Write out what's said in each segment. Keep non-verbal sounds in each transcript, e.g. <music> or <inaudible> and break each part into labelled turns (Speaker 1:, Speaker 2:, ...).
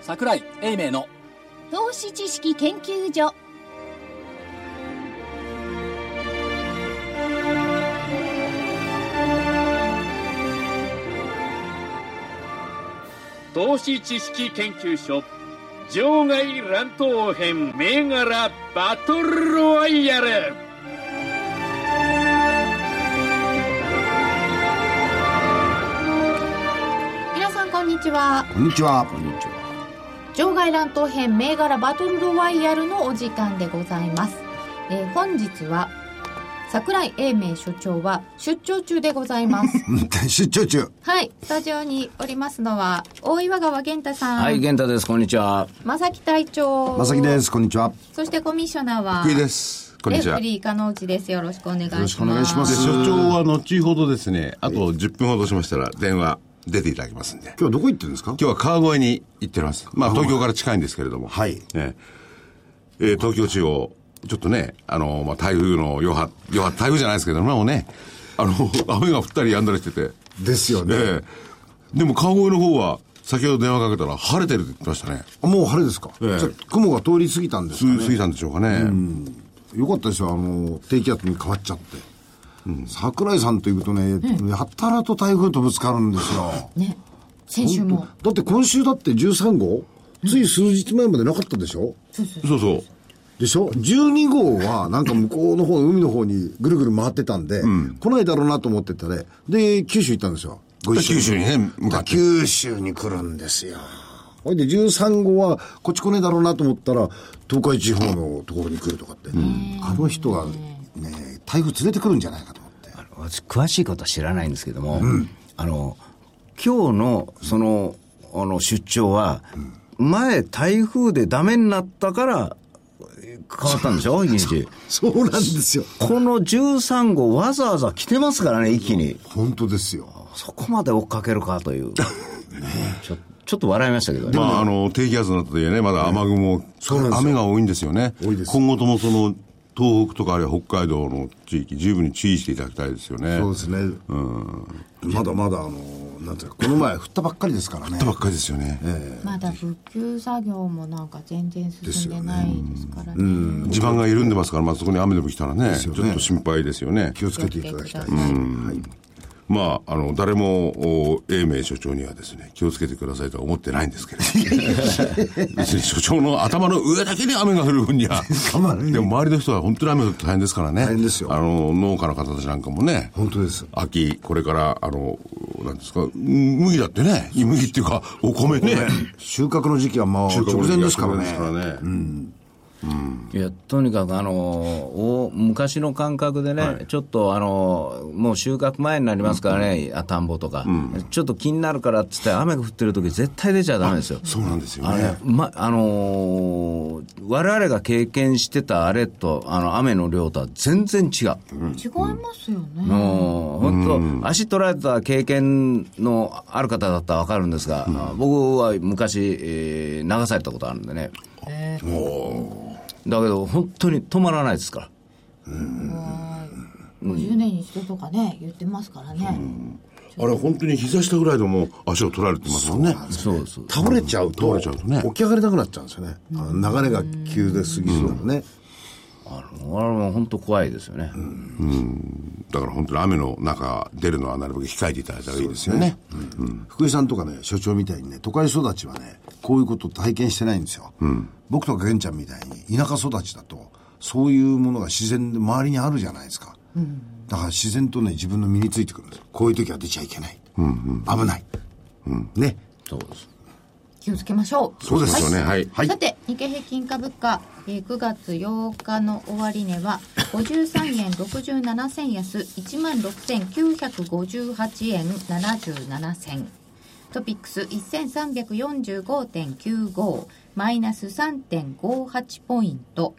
Speaker 1: 桜井英明の
Speaker 2: 投資知識研究所
Speaker 3: 投資知識研究所場外乱闘編銘柄バトルロワイヤル
Speaker 4: 皆さんこんにちは
Speaker 5: こんにちは。こんにちは。
Speaker 4: 場外乱闘編銘柄バトルロワイヤルのお時間でございます、えー本日は桜井英明所長は出張中でござい
Speaker 5: <laughs>
Speaker 4: ます
Speaker 5: 出張中。
Speaker 4: はいスタジオにおりますのは大岩川源太さん、
Speaker 6: はい、源太です。こんにちは。
Speaker 4: 正木隊長
Speaker 5: まさきです。こんにちは。
Speaker 4: そしてコミッショナーは
Speaker 5: 福井です。こんにち
Speaker 4: レ
Speaker 5: は。
Speaker 4: フリー加納内ですよろしくお願いします
Speaker 5: よろしくお願いします
Speaker 7: で所長は後ほどですね、あと10分ほどしましたら電話出ていただきますんで。
Speaker 5: 今
Speaker 7: 今
Speaker 5: 日どこ行ってるんですか
Speaker 7: 日は川越に行ってます。まあ東京から近いんですけれども。
Speaker 5: はい
Speaker 7: えええー東京地方、ちょっとね、あの、まあ台風の余波、余波、台風じゃないですけど、まあもうね、あの、 <laughs> 雨が降ったりやんだりしてて。
Speaker 5: ですよね。
Speaker 7: ええでも川越の方は、先ほど電話かけたら晴れてるって言ってましたね。
Speaker 5: あもう晴れですか、
Speaker 7: ええ
Speaker 5: ちょっと雲が通り過ぎたんです
Speaker 7: す
Speaker 5: かね。
Speaker 7: 過ぎたんでしょうかね。
Speaker 5: よかったですよ。あの、低気圧に変わっちゃって。桜井さんというとね、やたらと台風とぶつかるんですよ。
Speaker 4: ね先週も
Speaker 5: だって今週だって13号つい数日前までなかったでしょ
Speaker 7: そうそう。
Speaker 5: でしょ ?12 号はなんか向こうの方、海の方にぐるぐる回ってたんで、来ないだろうなと思ってたね。で、九州行ったんですよ。ご一緒
Speaker 7: 九州にね、向かって。
Speaker 5: 九州に来るんですよ。ほいで13号はこっち来ねえだろうなと思ったら東海地方のところに来るとかって、あの人がね台風連れてくるんじゃないかと思って
Speaker 6: 私、詳しいことは知らないんですけども、あの、今日の、その、あの、出張は、前、台風でダメになったから、えー変わったんでしょ一日。
Speaker 5: そうなんですよ
Speaker 6: この13号、わざわざ来てますからね、一気に。
Speaker 5: 本当ですよ
Speaker 6: そこまで追っかけるかという。ちょちょっと笑いましたけどね。
Speaker 7: まあ、あの、低気圧になった時はね、まだ雨雲、
Speaker 5: そうなんですよ
Speaker 7: 雨が多いんですよね。
Speaker 5: 多いです
Speaker 7: 今後ともその、東北とかあるいは北海道の地域、十分に注意していただきたいですよね。
Speaker 5: そう
Speaker 7: 降っ
Speaker 5: ですねまだまだあのなんていうかこの前降ったばっかりですからね
Speaker 7: たばっかりですよね。
Speaker 4: まだ復旧作業もなんか全然進んでないですからね
Speaker 7: 地盤が緩んでますから、まあ、そこに雨でも来たらね、ちょ
Speaker 5: よね
Speaker 7: っと心配ですよね。
Speaker 5: 気をつけていただきたいです
Speaker 4: 気をつけてください
Speaker 5: はい
Speaker 7: まあ、あの、誰も、お英明所長にはですね、気をつけてくださいとは思ってないんですけれども。別に所長の頭の上だけに雨が降る分には。
Speaker 5: <laughs> まあね
Speaker 7: でも周りの人は本当に雨が降って大変ですからね。
Speaker 5: 大変ですよ
Speaker 7: あの、農家の方たちなんかもね。
Speaker 5: 本当です
Speaker 7: 秋、これから、あの、なんですか、ん麦だってね、麦っていうか、お米ね。
Speaker 5: 収穫の時期はまあ
Speaker 7: 収穫
Speaker 5: 直
Speaker 7: の時期
Speaker 5: 前ですから
Speaker 7: 直前
Speaker 5: ね
Speaker 7: ですからね
Speaker 6: いやとにかくあのお昔の感覚でね、ちょっとあのもう収穫前になりますからね、あ田んぼとか、ちょっと気になるからっつって、雨が降ってる時絶対出ちゃだめですよ。
Speaker 7: そうなんですよ
Speaker 6: あれ
Speaker 7: ね。
Speaker 6: まあのー我々が経験してたあれと、あの雨の量とは全然違
Speaker 4: 違い
Speaker 6: う、
Speaker 4: ますよね、
Speaker 6: もう本当、足取られた経験のある方だったら分かるんですが、あ僕は昔、えー流されたことあるんでね、だけど、本当に止まらないですから。
Speaker 4: 50年に一度とかね言ってますからね、
Speaker 7: あれ、本当に膝下ぐらいでも足を取られてますもんね。
Speaker 6: そうそう。
Speaker 5: 倒れちゃうと
Speaker 7: 倒れちゃうとね
Speaker 5: 起き上がれなくなっちゃうんですよねあの流れが急で過ぎそうなのね
Speaker 6: あの、あれも本当怖いですよね。
Speaker 7: だから本当に雨の中、出るのはなるべく控えていただいたらいいですよね。
Speaker 5: 福井さんとかね所長みたいにね都会育ちはねこういうこと体験してないんですよ、僕とか玄ちゃんみたいに田舎育ちだとそういうものが自然で周りにあるじゃないですか、だから自然とね自分の身についてくるんですよこういう時は出ちゃいけない、危ない、ね
Speaker 6: そうです。
Speaker 4: 気をつけましょう
Speaker 7: そうですよね。はい。
Speaker 5: はい
Speaker 4: さて日経平均株価、えー9月8日の終値は53円67銭安1万6958円77銭トピックス1345.95マイナス3.58ポイント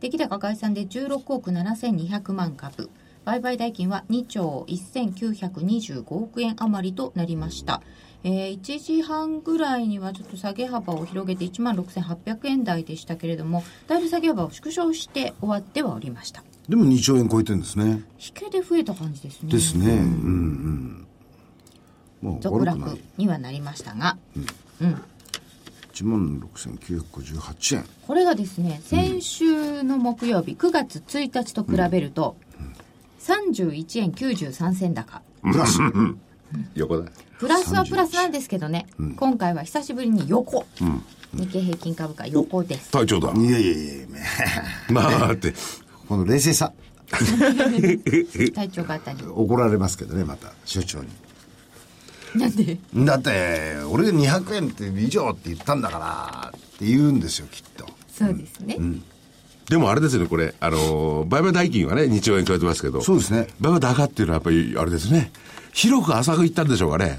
Speaker 4: 出来高概算で16億7200万株売買代金は2兆1925億円余りとなりました、えー1時半ぐらいにはちょっと下げ幅を広げて1万6800円台でしたけれどもだいぶ下げ幅を縮小して終わってはおりました
Speaker 5: でも2兆円超えてるんですね、
Speaker 4: 引けで増えた感じですね
Speaker 5: ですねうんうんもう
Speaker 4: 続
Speaker 5: 悪くない
Speaker 4: 落にはなりましたが、うん
Speaker 5: 1万6958円
Speaker 4: これがですね先週の木曜日9月1日と比べると、31円93銭高
Speaker 5: プラス
Speaker 7: 横だ。
Speaker 4: プラスはプラスなんですけどね、今回は久しぶりに横、日経平均株価横です
Speaker 7: 隊長だ。
Speaker 5: いやいやいや、 <laughs> ね、
Speaker 7: <laughs> まあって。
Speaker 5: この冷静さ
Speaker 4: 体調があったり
Speaker 5: 怒られますけどねまた所長に
Speaker 4: なんで
Speaker 5: だって俺が200円って以上って言ったんだからって言うんですよきっと
Speaker 4: そうですね、
Speaker 7: でもあれですね、これ、あのー、売買代金はね、2兆円超えてますけど。
Speaker 5: そうですね
Speaker 7: 売買高っていうのはやっぱり、あれですね。広く浅く行ったんでしょうかね。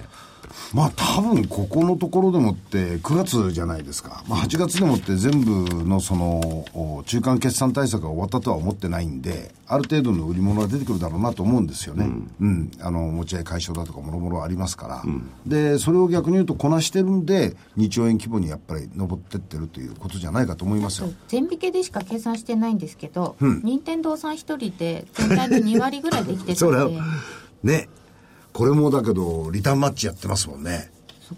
Speaker 5: まあ多分ここのところでもって9月じゃないですか、まあ、8月でもって全部のそのお中間決算対策が終わったとは思ってないんである程度の売り物は出てくるだろうなと思うんですよね、うんあの持ち合い解消だとかもろもろありますから、でそれを逆に言うとこなしてるんで2兆円規模にやっぱり上ってってるということじゃないかと思います
Speaker 4: そ
Speaker 5: よ
Speaker 4: う全引けでしか計算してないんですけど、任天堂さん一人で全体の2割ぐらいできてた
Speaker 5: そ
Speaker 4: ん
Speaker 5: れ
Speaker 4: で
Speaker 5: は
Speaker 4: そ
Speaker 5: ねこれもだけどリターンマッチやってますもんね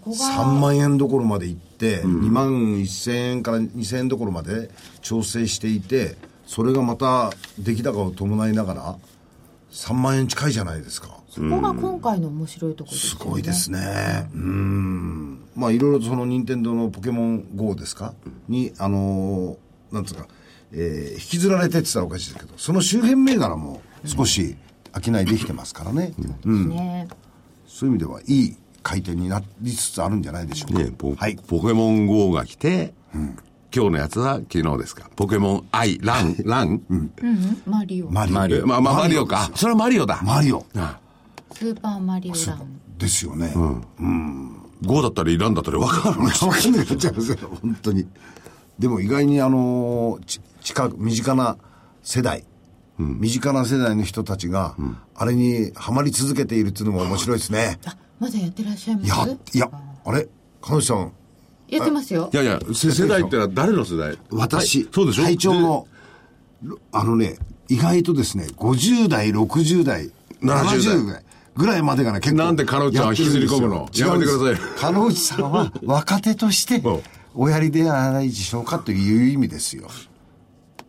Speaker 4: こ
Speaker 5: 3
Speaker 4: が
Speaker 5: 万円どころまで行って、2万1000円から2000円どころまで調整していてそれがまた出来高を伴いながら3万円近いじゃないですか
Speaker 4: そこが今回の面白いところです
Speaker 5: す
Speaker 4: よね
Speaker 5: ごいですねうんまあいろいろとその任天堂のポケモン GO ですかにあのーなんつうか、えー引きずられてって言ったらおかしいですけどその周辺銘柄も少し商いできてますからね、うん
Speaker 4: ね
Speaker 5: そういう意味ではいい回転になりつつあるんじゃないでしょうか、
Speaker 7: ねポ,、
Speaker 5: はい
Speaker 7: ポケモン GO が来て、今日のやつは昨日ですか。ポケモン I、ラン、ラン、
Speaker 4: マリオ
Speaker 5: マリオ
Speaker 6: マリオ
Speaker 7: えまあまあマリオか。それはマリオだ。
Speaker 5: マリオ
Speaker 7: あ
Speaker 4: スーパーマリオラン
Speaker 5: ですよね。うん。
Speaker 7: 5だったりランだったり
Speaker 5: <laughs>
Speaker 7: 分かる
Speaker 5: わかんなくなっちゃいますよ、 <laughs> 本当に。でも意外にあのーち近く、身近な世代、身近な世代の人たちが、あれにハマり続けているっていうのも面白いですね。
Speaker 4: あまだやってらっしゃいま
Speaker 5: いや
Speaker 4: す、
Speaker 5: いや、あれ彼女さん、
Speaker 4: やってますよ
Speaker 7: いやいや、せ世代ってのは誰の世代
Speaker 5: 私、
Speaker 7: はいそうでしょ
Speaker 5: 隊長の、ろあのね、意外とですね、50代、60代、
Speaker 7: 70
Speaker 5: 70代。ぐらいまでがね、結構。
Speaker 7: なんで彼女さんは引きずり込むの
Speaker 5: やってるんで
Speaker 7: やめ
Speaker 5: す
Speaker 7: てくだ
Speaker 5: よ。彼女さん
Speaker 7: <laughs>
Speaker 5: は若手として
Speaker 7: うん、
Speaker 5: おやりではないでしょうかという意味ですよ。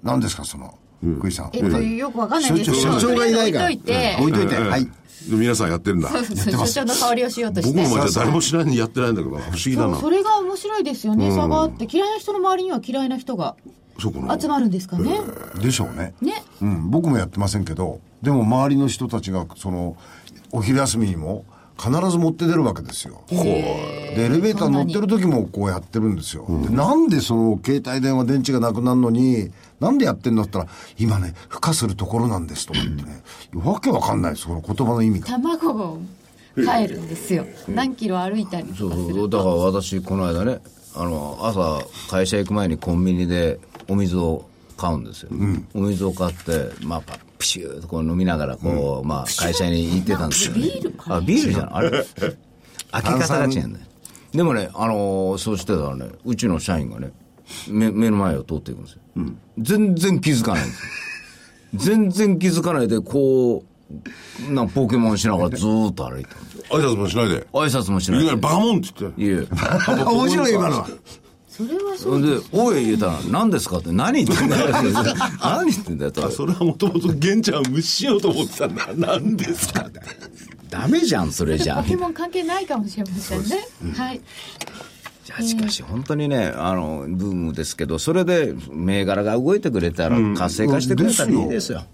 Speaker 5: 何ですか、その、福井さん。
Speaker 4: えっとよくわかんないん
Speaker 5: 所
Speaker 4: です
Speaker 5: 長、
Speaker 4: けど
Speaker 5: 所長がいないから。
Speaker 4: 置いといて
Speaker 5: うん置いといて。
Speaker 7: うんうん
Speaker 5: はい。
Speaker 7: 皆さんやってるんだ。
Speaker 4: そうそう <laughs> 所長の香りをしようとし
Speaker 7: 僕
Speaker 4: て
Speaker 7: の町は誰も知らんにやってないんだけど、不思議だ
Speaker 4: そう
Speaker 7: な。
Speaker 4: それが面白いですよね、差があって嫌いな人の周りには嫌いな人が
Speaker 7: そうかな。
Speaker 4: 集まるんですかね、
Speaker 5: でしょうね。
Speaker 4: ね
Speaker 5: うん、僕もやってませんけど、でも周りの人たちが、その、お昼休みにも、必ず持って出るわけですよ。で、エレベーター乗ってる時もこうやってるんですよ。で、なんでその、携帯電話電池がなくなるのに、なんでやってんのって言ったら、今ね、孵化するところなんですとか言ってね、わけわかんないです、この言葉の意味が。
Speaker 4: 卵を帰るんですよ何キロ歩いたりと
Speaker 6: そう
Speaker 4: かす
Speaker 6: そう
Speaker 4: る
Speaker 6: だから私この間ねあの朝会社行く前にコンビニでお水を買うんですよ、お水を買ってまあパップシューとこう飲みながらこう、まあ会社に行ってたんですよ、ね、
Speaker 4: ビールかな
Speaker 6: あビールじゃんあれ開け方が違うんだよでもね、あのーそうしてたらねうちの社員がね目目の前を通っていくんですよ、全然気づかないんですよ全然気づかないでこうなんかポケモンしながらずーっと歩いてる
Speaker 7: 挨拶もしないで。
Speaker 6: 挨拶もし
Speaker 7: い
Speaker 6: ない
Speaker 7: き
Speaker 6: で
Speaker 7: なりバカモンって
Speaker 6: <laughs>
Speaker 7: 言って。
Speaker 6: いえ
Speaker 5: 面白い、今のは。
Speaker 4: それはそう
Speaker 6: それで、おい言うたら、何ですかって、何言ってんだ <laughs> よ。何言ってんだよ、と
Speaker 7: あ。それはもともと玄ちゃんを無視しようと思ってたんだ。何ですかって。
Speaker 6: ダメじゃん、それじゃ
Speaker 4: ポ。ケモン関係ないかもしれませんね、はい
Speaker 6: じゃあしかし、本当にね、あの、ブームですけど、それで、銘柄が動いてくれたら、活性化してくれたらいいですよ。
Speaker 5: うん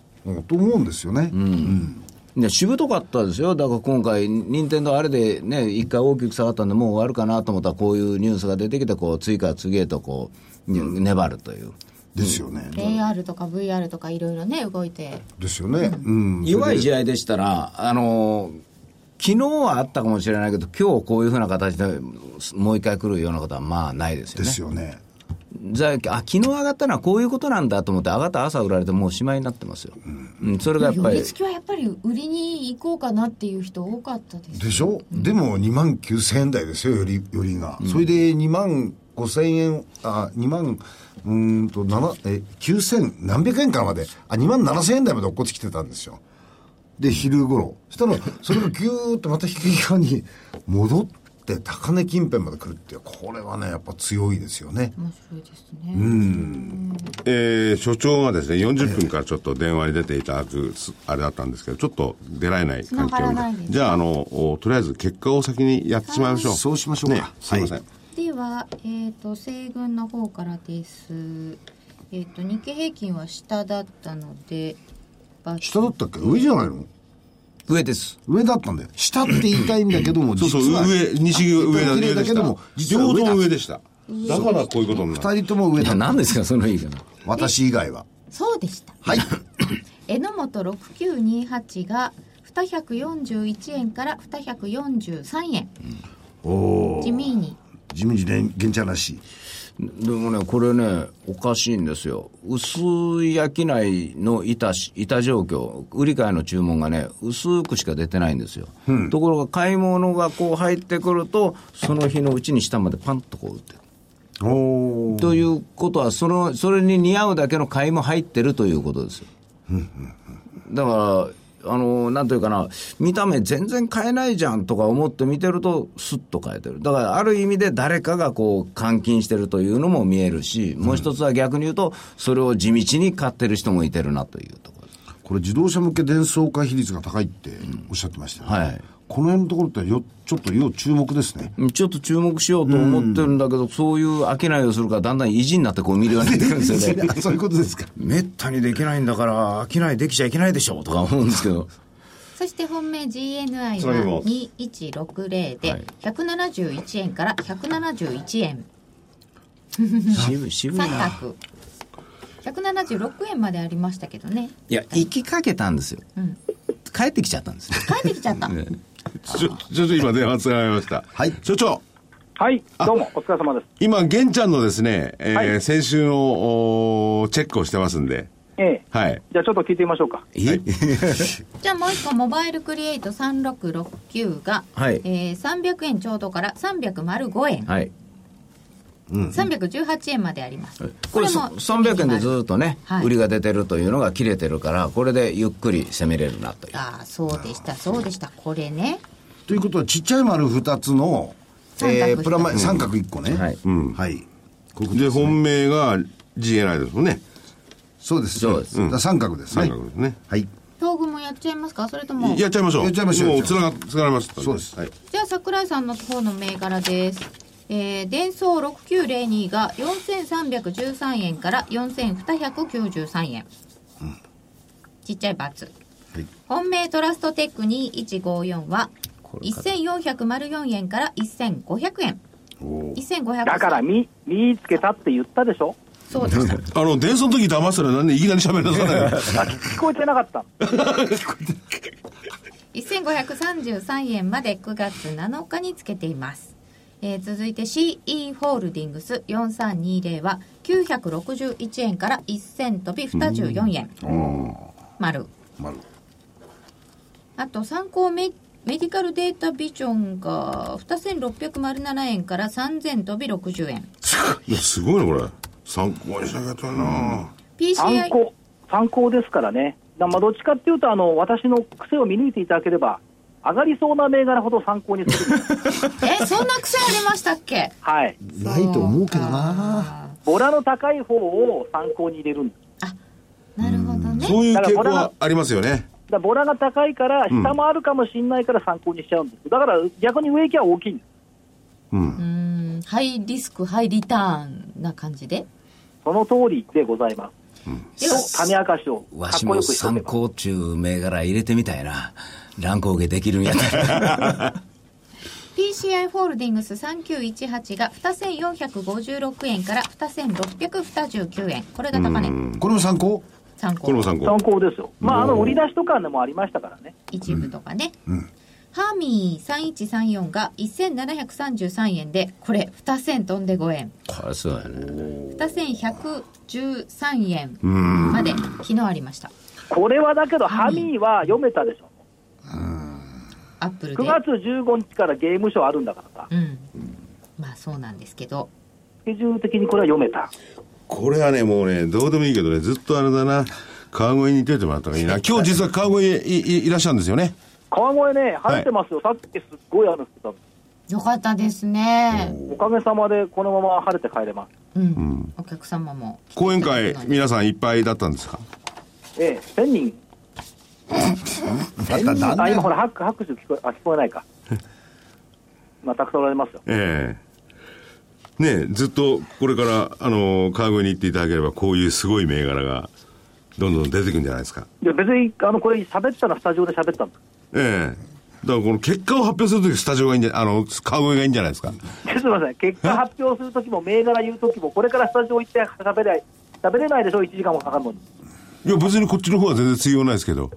Speaker 5: と思うんですよね。
Speaker 6: ね、しぶとかったですよ、だから今回、任天堂あれでね、一回大きく下がったんで、もう終わるかなと思ったら、こういうニュースが出てきて、こう、次から次へと、こう、に粘るという。
Speaker 5: ですよね。
Speaker 4: AR とか VR とかいろいろね動いて
Speaker 5: ですよね。うん。
Speaker 6: 弱い試合でしたら、あの昨日はあったかもしれないけど、今日こういうふうな形でもう一回来るようなことはまあないですよ
Speaker 5: で
Speaker 6: ね。
Speaker 5: すよね。
Speaker 6: じゃああ昨日上がったのはこういうことなんだと思って、上がった朝売られて、もうおしまいになってますよ、うん、それがやっ
Speaker 4: 寄
Speaker 6: ぱり
Speaker 4: り、付きはやっぱり売りに行こうかなっていう人多かったです
Speaker 5: でしょ、でも2万9000円台ですよ、より、よりが。それで2万5000円、あ、2万、うーんと、7、え、9000、何百円からまで、あ、2万7000円台まで落っこちきてたんですよ。で、昼頃。そしたら、それがギューッとまた低い側に戻っって高値近辺まで来るってこれはねやっぱ強いですよね、
Speaker 4: 面白いですね、
Speaker 7: えー所長がですね、40分からちょっと電話に出ていただく、すあれだったんですけど、ちょっと出られない環境
Speaker 4: 繋がら
Speaker 7: み
Speaker 4: な
Speaker 7: た
Speaker 4: い
Speaker 7: い
Speaker 4: ですね
Speaker 7: じゃあ、あの、おとりあえず結果を先にやってしまいましょう。
Speaker 5: そうしましょうか
Speaker 7: ねすいません。
Speaker 5: はい
Speaker 4: では、えー、と西軍の方からです、えー、と日経平均は下だったのでバ
Speaker 5: 下だったっけ上じゃないの
Speaker 6: 上です。
Speaker 5: 上だったんだよ下って言いたいんだけども
Speaker 7: そうそう、
Speaker 5: 実は
Speaker 7: 上、西木上だ
Speaker 5: あ
Speaker 7: 上
Speaker 5: だ
Speaker 7: で
Speaker 5: け
Speaker 7: し
Speaker 5: ど
Speaker 7: た
Speaker 5: も。実は
Speaker 7: 両
Speaker 5: 上だ
Speaker 7: 方上でした。だからこういうことになる。
Speaker 5: 二人とも上
Speaker 6: い
Speaker 5: だ
Speaker 6: や、
Speaker 5: った
Speaker 6: 何ですか、その言い方。
Speaker 5: 私以外は
Speaker 4: そうでした <coughs>
Speaker 5: はい
Speaker 4: 榎本6928が241円から243円地味に
Speaker 5: 地味にね現ちゃんらしい
Speaker 6: でもね、これね、おかしいんですよ。薄い商いの板し、板状況、売り買いの注文がね、薄くしか出てないんですよ。ところが、買い物がこう入ってくると、その日のうちに下までパンとこう打ってくる。
Speaker 5: お
Speaker 6: ということはその、それに似合うだけの買いも入ってるということですよ。だから、あのなんというかな、見た目全然買えないじゃんとか思って見てると、すっと買えてる、だからある意味で誰かがこう監禁してるというのも見えるし、もう一つは逆に言うと、それを地道に買ってる人もいてるなというところです
Speaker 5: これ自動車向け伝送化比率が高いっておっしゃってましたよね、
Speaker 6: はい
Speaker 5: この辺のところってよちょっと要注目ですね
Speaker 6: ちょっと注目しようと思ってるんだけど、そういう商いをするから、だんだん意地になってこう見るようになってくるんですよね。
Speaker 5: <laughs> あそういうことですか
Speaker 6: めったにできないんだから、商いできちゃいけないでしょとか思うんですけど。
Speaker 4: そして本命 GNI は
Speaker 7: つなぎます
Speaker 4: 2160
Speaker 6: は
Speaker 4: で
Speaker 6: い
Speaker 4: 171円から171円
Speaker 6: <laughs> 渋い渋い
Speaker 4: 三
Speaker 6: な
Speaker 4: 角176円までありましたけどね
Speaker 6: いや行きかけたんですよ、帰ってきちゃったんですよ
Speaker 4: 帰ってきちゃった
Speaker 7: ちょ、ちょっと今電話つながりました。はい。所長。
Speaker 1: はい、どうも、お疲れ様です。
Speaker 7: 今、玄ちゃんのですね、えー
Speaker 1: はい
Speaker 7: 先週のおーチェックをしてますんで、
Speaker 1: ええ。
Speaker 7: はい。
Speaker 1: じゃあちょっと聞いてみましょうか。
Speaker 6: え
Speaker 4: じゃあもう一個モバイルクリエイト3669が、
Speaker 6: はい
Speaker 4: えー300円ちょうどから305円、
Speaker 6: はい
Speaker 4: 318円まであります、
Speaker 6: これ
Speaker 4: も
Speaker 6: 300円でずっとね、
Speaker 4: はい
Speaker 6: 売りが出てるというのが切れてるからこれでゆっくり攻めれるなという
Speaker 4: ああそうでしたそうでしたこれね
Speaker 5: ということはちっちゃい丸2つの、
Speaker 4: 三角
Speaker 5: プラマイ三角1個ね、
Speaker 6: はい
Speaker 5: うんはいこういうこと
Speaker 7: で、
Speaker 5: ですね
Speaker 7: 本命が GNI ですもんね。
Speaker 5: そうです
Speaker 6: そうです
Speaker 5: んだから三角ですね
Speaker 7: 三角ですね
Speaker 5: はい
Speaker 4: 東軍もやっちゃいますかそれとも
Speaker 7: やっちゃいましょう。
Speaker 5: やっちゃいましょう
Speaker 7: もうつなが、つながりましたん。
Speaker 5: そうです
Speaker 7: はい。
Speaker 4: じゃあ桜井さんの方の銘柄です。えー、電装6902が4313円から4293円。ちっちゃいバツ。
Speaker 5: はい
Speaker 4: 本命トラストテック2154は1404円から1500円。1500円。
Speaker 1: だから、見、見つけたって言ったでしょ
Speaker 4: そうでした。
Speaker 7: あの、電車の時騙したらなんでいきなり喋りなさい。
Speaker 1: 聞こえてなかった。
Speaker 4: 1533円まで9月7日につけています、えー続いて CE ホールディングス4320は961円から1000飛び24円丸
Speaker 5: 丸
Speaker 4: あと参考メメディカルデータビジョンが2607円から3000飛び60円
Speaker 7: いや、すごいな、これ。参考にしなきゃいけないな
Speaker 1: 参
Speaker 4: PCI
Speaker 1: 考、参考ですからね。だまあ、どっちかっていうと、あの、私の癖を見抜いていただければ、上がりそうな銘柄ほど参考にす
Speaker 6: <laughs>
Speaker 1: るんです。
Speaker 4: えそんな癖ありましたっけ
Speaker 1: はい。
Speaker 5: ないと思うけどな
Speaker 1: ボラの高い方を参考に入れるんです。
Speaker 4: なるほどね
Speaker 7: そういう
Speaker 1: だから
Speaker 7: 傾向
Speaker 1: これ
Speaker 7: は
Speaker 1: は
Speaker 7: ありますよね。
Speaker 1: だからボラが高いから、下もあるかもしれないから参考にしちゃうんです。だから、逆に上行きは大きいんです。
Speaker 4: うんハイリスクハイリターンな感じで
Speaker 1: その通りでございます。と、種明かしをか
Speaker 6: わ
Speaker 1: っ
Speaker 6: し
Speaker 1: こよ
Speaker 6: も
Speaker 1: くしてお
Speaker 6: 参
Speaker 1: けば。
Speaker 6: 考中銘柄入れてみたいな乱高下できるんやったら <laughs>
Speaker 4: PCI ホールディングス3918が2456円から2629円これが高値
Speaker 5: これも参考
Speaker 4: 参考
Speaker 7: これも参考
Speaker 1: 参。考ですよ。まあ、あの、売り出しとかでもありましたからね。
Speaker 4: 一部とかね、ハーミー3134が1733円でこれ2000飛んで5円
Speaker 6: これそうやね
Speaker 4: 2113円まで昨日ありました
Speaker 1: これはだけど、ハミーは読めたでしょ。
Speaker 4: アップルで
Speaker 1: 9月15日からゲームショーあるんだからさ、
Speaker 4: うんまあそうなんですけど
Speaker 1: スケジュール的にこれは読めた。
Speaker 7: これはね、もうね、どうでもいいけどね、ずっとあれだな、川越に行っといてもらった方がいいな。今日実は川越いいいいらっしゃるんですよね。
Speaker 1: 川越ね、晴れてますよ。さっきすっごい雨降ってたの。
Speaker 4: よかったですね。
Speaker 1: おかげさまでこのまま晴れて帰れま
Speaker 4: うん。お客様も。
Speaker 7: 講演会、皆さんいっぱいだったんですか
Speaker 1: す。ええ、1000人。
Speaker 5: また <laughs> なん
Speaker 1: あ、
Speaker 5: だ
Speaker 1: 今ほ
Speaker 5: よ
Speaker 1: ら、拍拍手聞こえ、あ、聞こえない
Speaker 5: <laughs>
Speaker 1: か。まあ、たくさんおられますよ。
Speaker 7: ええねえずっとこれから、あのー川越に行っていただければ、こういうすごい銘柄が、どんどん出てくるんじゃないですか。
Speaker 1: いや、別に、あの、これ喋ったらスタジオで喋ったんです。
Speaker 7: ええだからこの結果を発表するとき、スタジオがいいんじゃ、あの、川越がいいんじゃないですか。
Speaker 1: すみません、結果発表するときも、銘柄言うときも、これからスタジオ行って喋れない、喋れないでしょ、1時間もかかるのに。
Speaker 7: いや、別にこっちの方は全然通用ないですけど。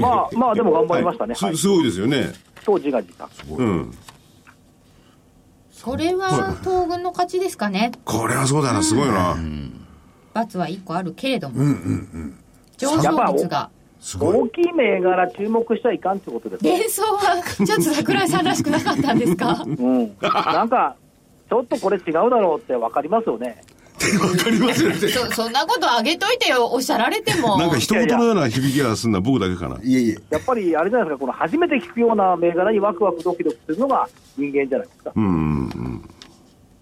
Speaker 1: まあ、まあ、でも頑張りましたね。
Speaker 7: は
Speaker 1: はいい
Speaker 7: す。すごいですよね。
Speaker 1: 当時が自た。
Speaker 7: うん。
Speaker 4: それは東軍の勝ちですかね。
Speaker 7: これはそうだな、すごいな。
Speaker 4: 罰は一個あるけれども。上
Speaker 1: やっぱ
Speaker 4: 昇
Speaker 1: お
Speaker 4: 率が。
Speaker 5: すごい
Speaker 1: 大きい銘柄注目しちゃいかんってことですね。
Speaker 4: 連想はちょっと桜井さんらしくなかったんです
Speaker 5: <laughs>
Speaker 4: か
Speaker 1: うん。なんか、ちょっとこれ違うだろうって分かりますよね。
Speaker 7: わかりますよね。
Speaker 4: そそんなことあげといてよおっしゃられても
Speaker 7: なんか一言のような響きがすんな、僕だけかな。
Speaker 5: いえいえ
Speaker 1: やっぱりあれじゃないですか、この初めて聞くような銘柄にワクワクドキドキするのが人間じゃないですか。
Speaker 7: うん。うん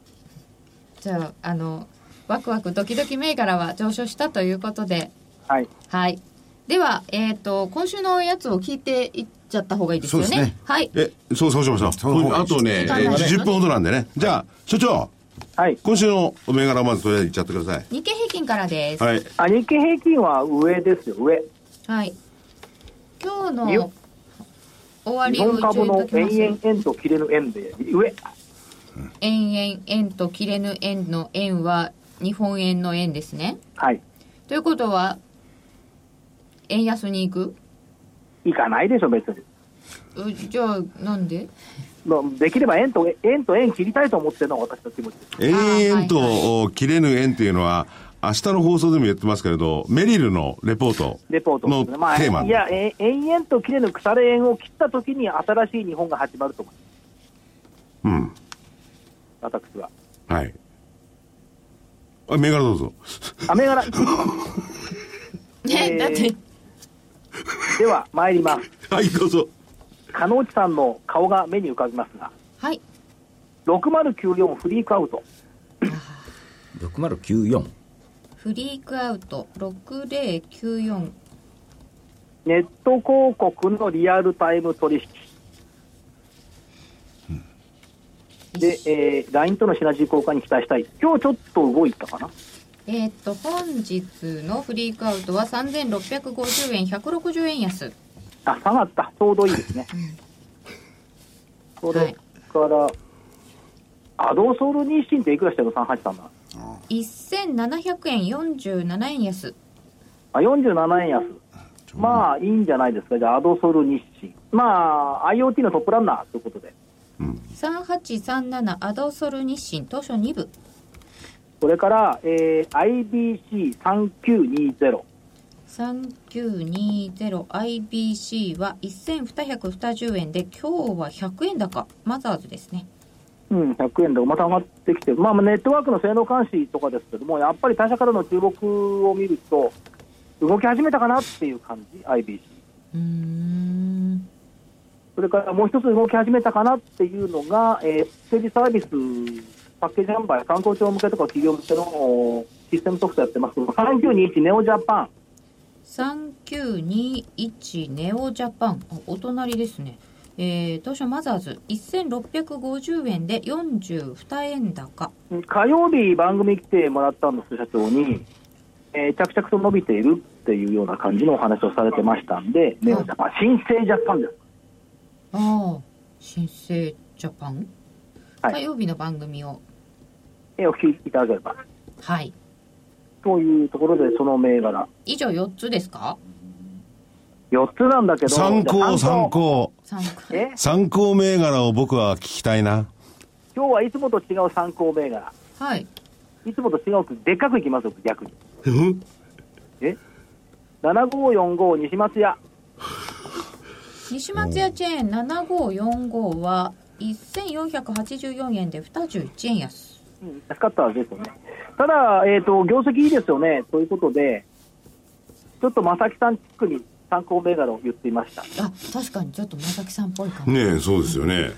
Speaker 4: <laughs> じゃああのワクワクドキドキ銘柄は上昇したということで
Speaker 1: はい。
Speaker 4: はいではえっ、と今週のやつを聞いていっちゃった方がいいですよね
Speaker 5: そうですね
Speaker 4: はい
Speaker 7: え、そう、そうしましょう。
Speaker 5: そうそう
Speaker 7: あとね、え
Speaker 4: 時間
Speaker 7: ー
Speaker 4: ない
Speaker 7: 10分ほどなんでね。じゃあ、所長、
Speaker 1: はい。
Speaker 7: 今週の銘柄をまずとりあえずいっちゃってください。
Speaker 4: 日経平均からですはい、
Speaker 7: はい。
Speaker 1: あ日経平均は上ですよ、上。
Speaker 4: 今日
Speaker 1: 日
Speaker 4: の終わ
Speaker 1: 日
Speaker 4: りを
Speaker 1: 本
Speaker 4: 一応
Speaker 1: 株
Speaker 4: 言っ
Speaker 1: の
Speaker 4: ときま
Speaker 1: 円
Speaker 4: す
Speaker 1: 円円と切れぬ円で、上。
Speaker 4: 円円円と切れぬ円の円は日本円の円ですね
Speaker 1: はい。
Speaker 4: ということは円安に行く
Speaker 1: いかないでしょ、別に。
Speaker 4: うじゃあなんで
Speaker 1: まあできれば円と円と円切りたいと思ってるのが私の気持ちです。
Speaker 7: 永
Speaker 4: あ
Speaker 7: 遠
Speaker 4: ーはい
Speaker 7: とお切れぬ縁っていうのは、明日の放送でも言ってますけれど、メリルのレポート
Speaker 1: レポート
Speaker 7: の
Speaker 1: ですね。まあ、
Speaker 7: テーマ
Speaker 1: いや、え延々と切れぬ腐れ縁を切ったときに新しい日本が始まると思います、
Speaker 7: うん。
Speaker 1: 私は。
Speaker 7: はい。あ、銘柄どうぞ。 <laughs>
Speaker 1: アメ
Speaker 4: <laughs>
Speaker 1: 柄。
Speaker 4: ね、
Speaker 1: えー
Speaker 4: だって
Speaker 1: では、参ります。
Speaker 7: はい、どうぞ。
Speaker 1: 鹿野内さんの顔が目に浮かびますが、
Speaker 4: はい
Speaker 1: 6094フリークアウト。
Speaker 6: 6094
Speaker 4: フリークアウト6094
Speaker 1: ネット広告のリアルタイム取引。で、えー LINE とのシナジー効果に期待したい。今日ちょっと動いたかな
Speaker 4: えーっと本日のフリークアウトは3650円160円安
Speaker 1: あ、下がった。ちょうどいいですね。それから、アドソール日清っていくらしてるの ?383 な。
Speaker 4: 1700円47円安
Speaker 1: あ、47円安。まあ、いいんじゃないですか。じゃあ、アドソール日清。まあ、IoT のトップランナーということで。
Speaker 4: 3837アドソル日清当初2部
Speaker 1: それから、えー、IBC3920。
Speaker 4: 3920IBC は1220円で今日は100円高マザーズですね
Speaker 1: うん、100円でまた上がってきて、まあ、ネットワークの性能監視とかですけども、やっぱり他社からの注目を見ると、動き始めたかなっていう感じ、IBC。
Speaker 4: うーん
Speaker 1: それからもう一つ動き始めたかなっていうのが、えー、ステージサービス、パッケージ販売、観光庁向けとか企業向けのおーシステムソフトやってますけど、3921ネオジャパン、
Speaker 4: 3921ネオジャパンあお隣ですねえー、当初マザーズ1650円で42円高
Speaker 1: 火曜日番組来てもらったんです、社長に、えー着々と伸びているっていうような感じのお話をされてましたんで、ネオジャパン、新生ジャパンです。
Speaker 4: ああ新生ジャパン、
Speaker 1: はい
Speaker 4: 火曜日の番組を
Speaker 1: えーお聞きいただければ。
Speaker 4: はい
Speaker 1: というところで、その銘柄。
Speaker 4: 以上4つですか
Speaker 1: 4つなんだけど、
Speaker 7: 参考、
Speaker 1: じゃあ
Speaker 7: 参。考。
Speaker 4: 三
Speaker 1: え
Speaker 7: 参考銘柄を僕は聞きたいな。
Speaker 1: 今日はいつもと違う参考銘柄。
Speaker 4: はい
Speaker 1: いつもと違うとでっかくいきますよ、逆に。
Speaker 7: うん
Speaker 1: え7545西松屋。
Speaker 4: 西松屋チェーン7545は1484円で21円安
Speaker 1: うん、安かったですよね。ただ、えっ、と、業績いいですよね。ということで、ちょっと正木さんチックに参考銘柄を言っていました。
Speaker 4: あ確かにちょっと正木さんっぽいかも、
Speaker 7: ねえ、そうですよね。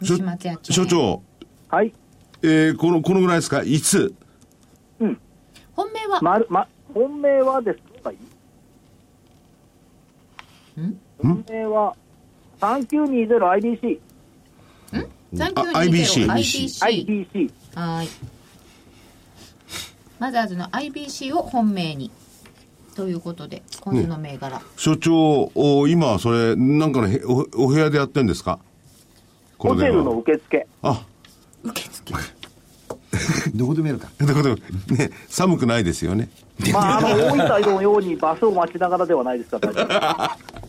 Speaker 4: 西松屋記念
Speaker 7: 所長、
Speaker 8: はい。
Speaker 7: えーこの、このぐらいですかいつ
Speaker 4: 本命は、
Speaker 8: まるま、本命はですか、
Speaker 4: ん
Speaker 8: 本命は 3920IBC、
Speaker 7: あ IBC
Speaker 4: IBC。
Speaker 8: IBC、
Speaker 4: はい。マザーズの IBC を本命に。ということで、今週の銘柄。
Speaker 7: 所長、お今、それ、なんかのへおお部屋でやってんですかこ
Speaker 8: ホ
Speaker 7: の
Speaker 8: テ
Speaker 7: 電話
Speaker 8: ルの受
Speaker 7: <laughs>
Speaker 8: 付、
Speaker 7: あ、
Speaker 5: <laughs> どこでもやるか。
Speaker 7: だから、ね、寒くないですよね。
Speaker 8: まあ、あの大分のように場所を待ちながらではないですから、
Speaker 7: <laughs>
Speaker 8: 大丈夫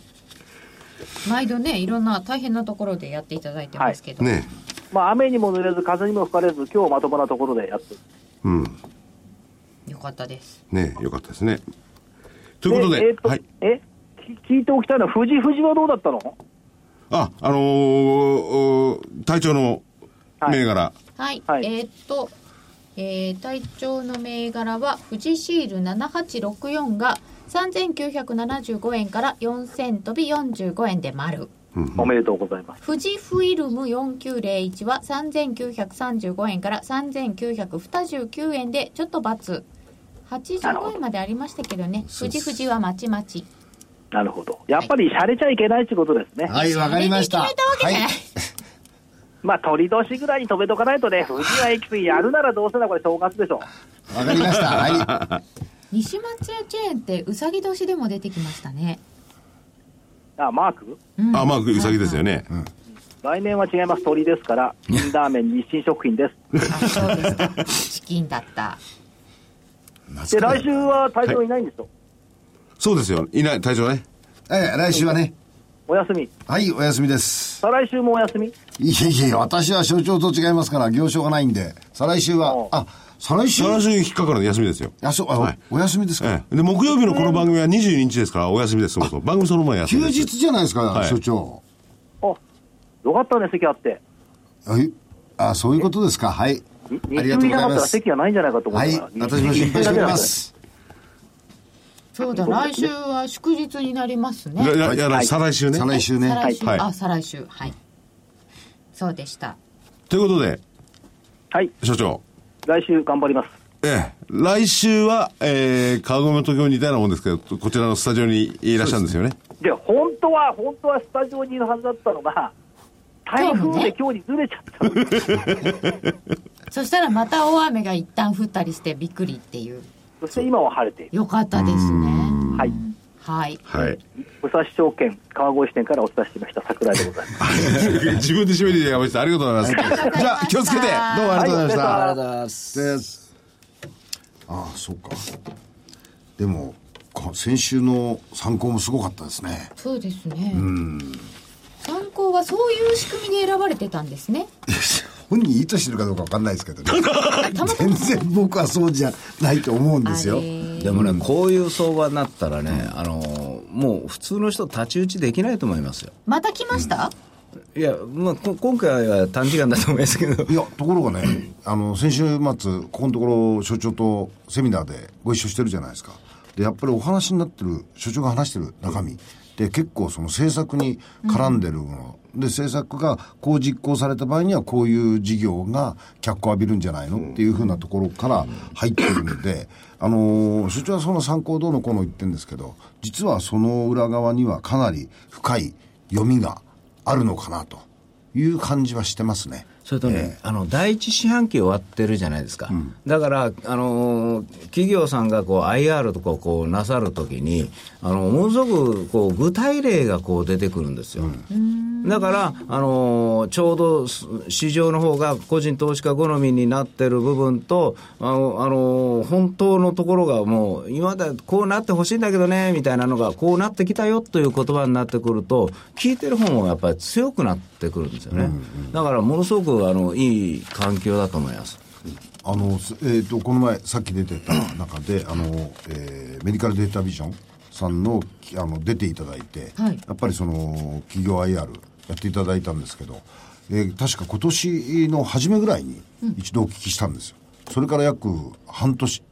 Speaker 4: 毎度ね、いろんな大変なところでやっていただいてますけど。
Speaker 7: ね。
Speaker 8: まあ、雨にも濡れず、風にも吹かれず、今日はまともなところでやって
Speaker 7: うん。
Speaker 4: よかったです。
Speaker 7: ねよかったですね。ということで、
Speaker 8: えっと
Speaker 7: はい。
Speaker 8: えき聞いておきたいのは、富士、富士はどうだったの
Speaker 7: あ、あのーお隊長の銘柄、
Speaker 4: はい。
Speaker 8: はい
Speaker 4: えーっと、えー、隊長の銘柄は、富士シール7864が3975円から4000飛び45円で丸。
Speaker 8: おめでとうございます。
Speaker 4: 富士フイルム4901は3935円から3929円でちょっと×。85円までありましたけどね。富士富士はまちまち。
Speaker 8: なるほど。やっぱり、洒れちゃいけないってことですね。
Speaker 5: はい、わかりました。
Speaker 4: これで決めたわけじゃない。
Speaker 8: まあ、鳥年ぐらいに止めとかないとね、富士は駅水やるならどうせなこれ正月でしょ。
Speaker 5: はい、わかりました。はい。
Speaker 4: 西松屋チェーンってうさぎ年でも出てきましたね。
Speaker 8: あ、マーク
Speaker 4: うん
Speaker 7: あ、まあ、うさぎですよね。
Speaker 8: 来年は違います。鳥ですから、インダーメン日清食品です。
Speaker 4: あ、そうでした。チキンだった。
Speaker 8: で、来週は隊長いないんですよ。
Speaker 7: そうですよ。いない、隊長ね。
Speaker 5: ええ、来週はね。
Speaker 8: お休み。
Speaker 5: はい、お休みです。
Speaker 8: 再来週もお休み。
Speaker 5: いえいえ、私は所長と違いますから、行商がないんで、再来週は
Speaker 8: お、
Speaker 5: あ、再来週
Speaker 7: 来週引っかかるの休みですよ。
Speaker 5: あ、そう、あ、
Speaker 7: はい
Speaker 5: おお休みですか、
Speaker 7: ええ。で、木曜日のこの番組は22日ですから、お休みです、そもそも。番組その前休
Speaker 5: 休
Speaker 7: みです。
Speaker 5: 日じゃないですか、
Speaker 7: はい
Speaker 5: 所長。
Speaker 8: あ、よかったね、席あって。
Speaker 5: はい。あ、そういうことですか。はい。
Speaker 8: 日
Speaker 5: ありが
Speaker 8: 中
Speaker 5: とう
Speaker 8: い
Speaker 5: ご
Speaker 8: な
Speaker 5: ざい
Speaker 8: かっ
Speaker 5: ま
Speaker 8: たら
Speaker 5: す。
Speaker 8: 席がないんじゃないかと思っ
Speaker 5: は
Speaker 8: た
Speaker 5: い
Speaker 8: ら。、
Speaker 5: 私も心配しておりま。す。
Speaker 4: そうだ、来週は祝日になりますね。
Speaker 7: いや、いや、
Speaker 8: はい
Speaker 7: 再来週ね。
Speaker 5: 再来週ね。
Speaker 4: 再
Speaker 5: は
Speaker 4: 来
Speaker 5: い。
Speaker 4: 週、
Speaker 7: はい
Speaker 4: あ、再来週。はい。そうでした。
Speaker 7: ということで、
Speaker 8: はい、
Speaker 7: 所長。
Speaker 8: 来週頑張ります。
Speaker 7: ええ、来週は、えー、川越の東京にいたようなもんですけど、こちらのスタジオにいらっしゃるんですよね。
Speaker 8: で、本当は、本当はスタジオにいるはずだったのが、台風で今日にずれちゃったの。
Speaker 4: そしたらまた大雨が一旦降ったりしてびっくりっていう。
Speaker 8: そして今は晴れている。
Speaker 4: よかったですね。
Speaker 8: はい。
Speaker 4: はい。
Speaker 7: はい。
Speaker 8: 武蔵証券川越支店からお伝えしました、桜井でございます。
Speaker 7: <laughs> 自分で締めていただきました。ありがとうございます。じゃあ、気をつけて、どうもありがとうございました。
Speaker 8: はいお疲れ様
Speaker 6: ありがとうございます
Speaker 5: ですああ、そうか。でも、こ先週の参考もすごかったですね。
Speaker 4: そうですね。参考はそういう仕組みに選ばれてたんですね。
Speaker 5: 本人意図してるかどうかわかんないですけ
Speaker 4: <laughs>
Speaker 5: どね。
Speaker 4: たまた
Speaker 5: 全
Speaker 4: ま。
Speaker 5: 然僕はそうじゃないと思うんですよ
Speaker 4: あ。れ
Speaker 6: でもね、こういう相場になったらね、あのもう普通の人、太刀打ちできないと思いますよ。
Speaker 4: また来ました、
Speaker 6: いや、まあ、こ今回は短時間だと思いますけど、
Speaker 5: いや、ところがね、 <clears throat> あの、先週末、ここのところ、所長とセミナーでご一緒してるじゃないですか。で、やっぱりお話になってる、所長が話してる中身で結構その政策に絡んでるもの。で、政策がこう実行された場合には、こういう事業が脚光を浴びるんじゃないのっていうふうなところから入ってるので、あのー所長はその参考どうのこうの言ってるんですけど、実はその裏側にはかなり深い読みがあるのかなという感じはしてますね。
Speaker 6: <laughs> それとね、あの第一四半期終わってるじゃないですか、だから、あのー企業さんがこう IR とかをこうなさるときに、あのものすごくこう具体例がこう出てくるんですよ。だから、あのーちょうどす市場の方が個人投資家好みになってる部分と、あのあのー本当のところがもう、今までこうなってほしいんだけどねみたいなのが、こうなってきたよという言葉になってくると、聞いてる方もやっぱり強くなってくるんですよね、だからものすごくあのいい環境だと思います。
Speaker 5: あの、すえっ、と、この前、さっき出てた中で、あの、えーメディカルデータビジョンさんの、きあの、出ていただいて、
Speaker 4: はい
Speaker 5: やっぱりその、企業 IR やっていただいたんですけど、えー確か今年の初めぐらいに一度お聞きしたんですよ。それから約半年、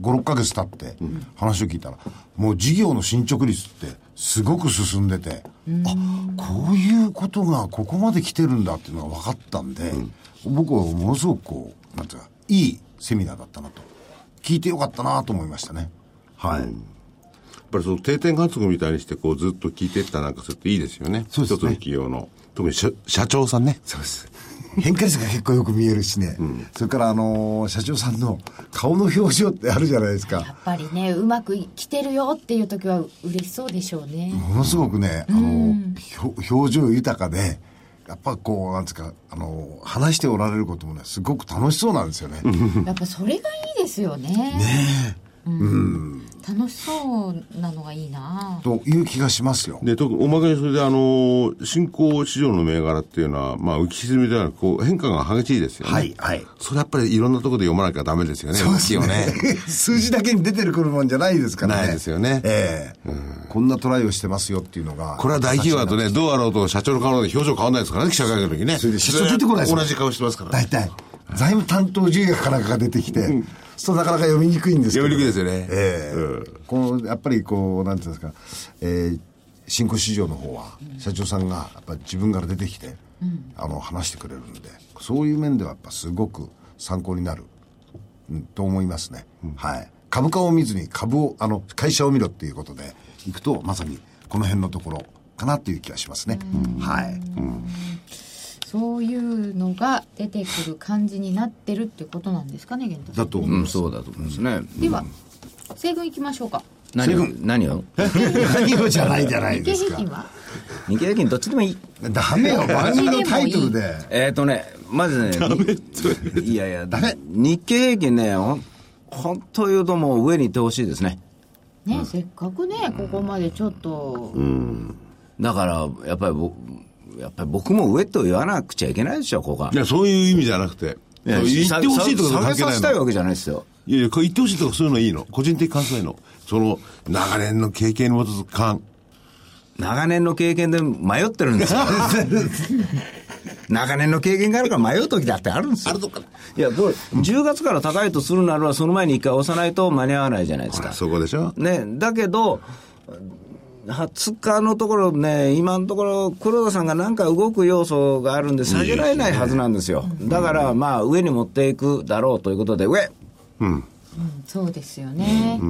Speaker 5: 5、6ヶ月経って話を聞いたら、もう事業の進捗率ってすごく進んでて、あこういうことがここまで来てるんだっていうのが分かったんで、僕はものすごくこうなんていうかいいセミナーだったなと聞いてよかったなと思いましたねはい、
Speaker 7: やっぱりその定点観測みたいにして、こうずっと聞いてったなんかするといいですよね。
Speaker 5: そうですね
Speaker 7: 一つの企業の。特に社社長さんね。
Speaker 5: そうです。変化率が結構よく見えるしね。それから、あのー社長さんの顔の表情ってあるじゃないです
Speaker 4: や
Speaker 5: か。
Speaker 4: っぱりねうまくいきてるよっていう時はう嬉しそうでしょうね、
Speaker 5: ものすごくね、あのーひょ表情豊かで、やっぱこう、なんですか、あのー話しておられることもね、すごく楽しそうなんですよね。
Speaker 4: やっぱそれがいいですよねうん、楽しそうなのがいいな
Speaker 5: という気がしますよ。
Speaker 7: で、特におまけにそれで、あのー、新興市場の銘柄っていうのは、まあ、浮き沈みではなく、こう、変化が激しいですよね。
Speaker 5: はい、はい。
Speaker 7: それやっぱりいろんなところで読まなきゃダメですよね。動きをね。
Speaker 5: <laughs> 数字だけに出てくるもんじゃないですからね。
Speaker 7: ないですよね
Speaker 5: ええこんなトライをしてますよっていうのが。
Speaker 7: これは大企業だとね、どうあろうと社長の顔なんて表情変わらないですからね、記者会見の時ね。
Speaker 5: それで社長出てこないですよ
Speaker 7: 同じ顔してますから
Speaker 5: 大
Speaker 7: ね。
Speaker 5: 体、財務担当重役かなんかが出てきて、そうなかなか読みにくいんですけど
Speaker 7: 読みにくいですよね
Speaker 5: ええ
Speaker 7: うん
Speaker 5: このやっぱりこう、なんていうんですか、えー新興市場の方は、社長さんがやっぱり自分から出てきて、あの話してくれるんで、そういう面ではやっぱすごく参考になる、うん、と思いますね、はい。株価を見ずに株を、あの、会社を見ろっていうことで、いくと、まさにこの辺のところかなっていう気がしますね。はい。
Speaker 4: そういうのが出てくる感じになってるってことなんですかね源太さ
Speaker 5: だ
Speaker 4: ん
Speaker 5: と思い
Speaker 6: うん、
Speaker 5: ます。
Speaker 6: そうだと思うんですね。
Speaker 4: では西軍いきましょうか
Speaker 6: 何を何を
Speaker 5: 何をじゃないじゃない
Speaker 4: 日経
Speaker 5: です
Speaker 4: 平
Speaker 5: か
Speaker 4: 均。は
Speaker 6: 日経平均どっちでもいい。
Speaker 5: ダメよ、番組のタイトルで。
Speaker 6: えっ、ー、とね、まずね、
Speaker 7: <laughs>
Speaker 6: いやいや、だ日経平均ね、ほん本当言うともう上に行ってほしいですね。
Speaker 4: ね、せっかくねここまでちょっと、
Speaker 6: だから、やっぱり僕、やっぱり僕も上と言わなくちゃいけないでしょ、ここは。
Speaker 7: いや、そういう意味じゃなくて。
Speaker 6: いや
Speaker 7: 言ってほしいとか関
Speaker 6: 下げ
Speaker 7: 係
Speaker 6: さ
Speaker 7: ない
Speaker 6: せたい
Speaker 7: の。
Speaker 6: わけじゃないですよ。
Speaker 7: いやいや、これ言ってほしいとかそういうのいいの。個人的感想いいの。その、長年の経験に基づく感。
Speaker 6: 長年の経験で迷ってるんですよ。 <laughs> 長年の経験があるから迷う時だってあるんですよ。いや、これ、10月から高いとするなら、その前に一回押さないと間に合わないじゃないです
Speaker 7: ほ。
Speaker 6: から
Speaker 7: そこでしょ
Speaker 6: ね、だけど、20日のところね、今のところ、黒田さんがなんか動く要素があるんで、下げられないはずなんですよ、だからまあ、上に持っていくだろうということで、上、
Speaker 4: そうですよね、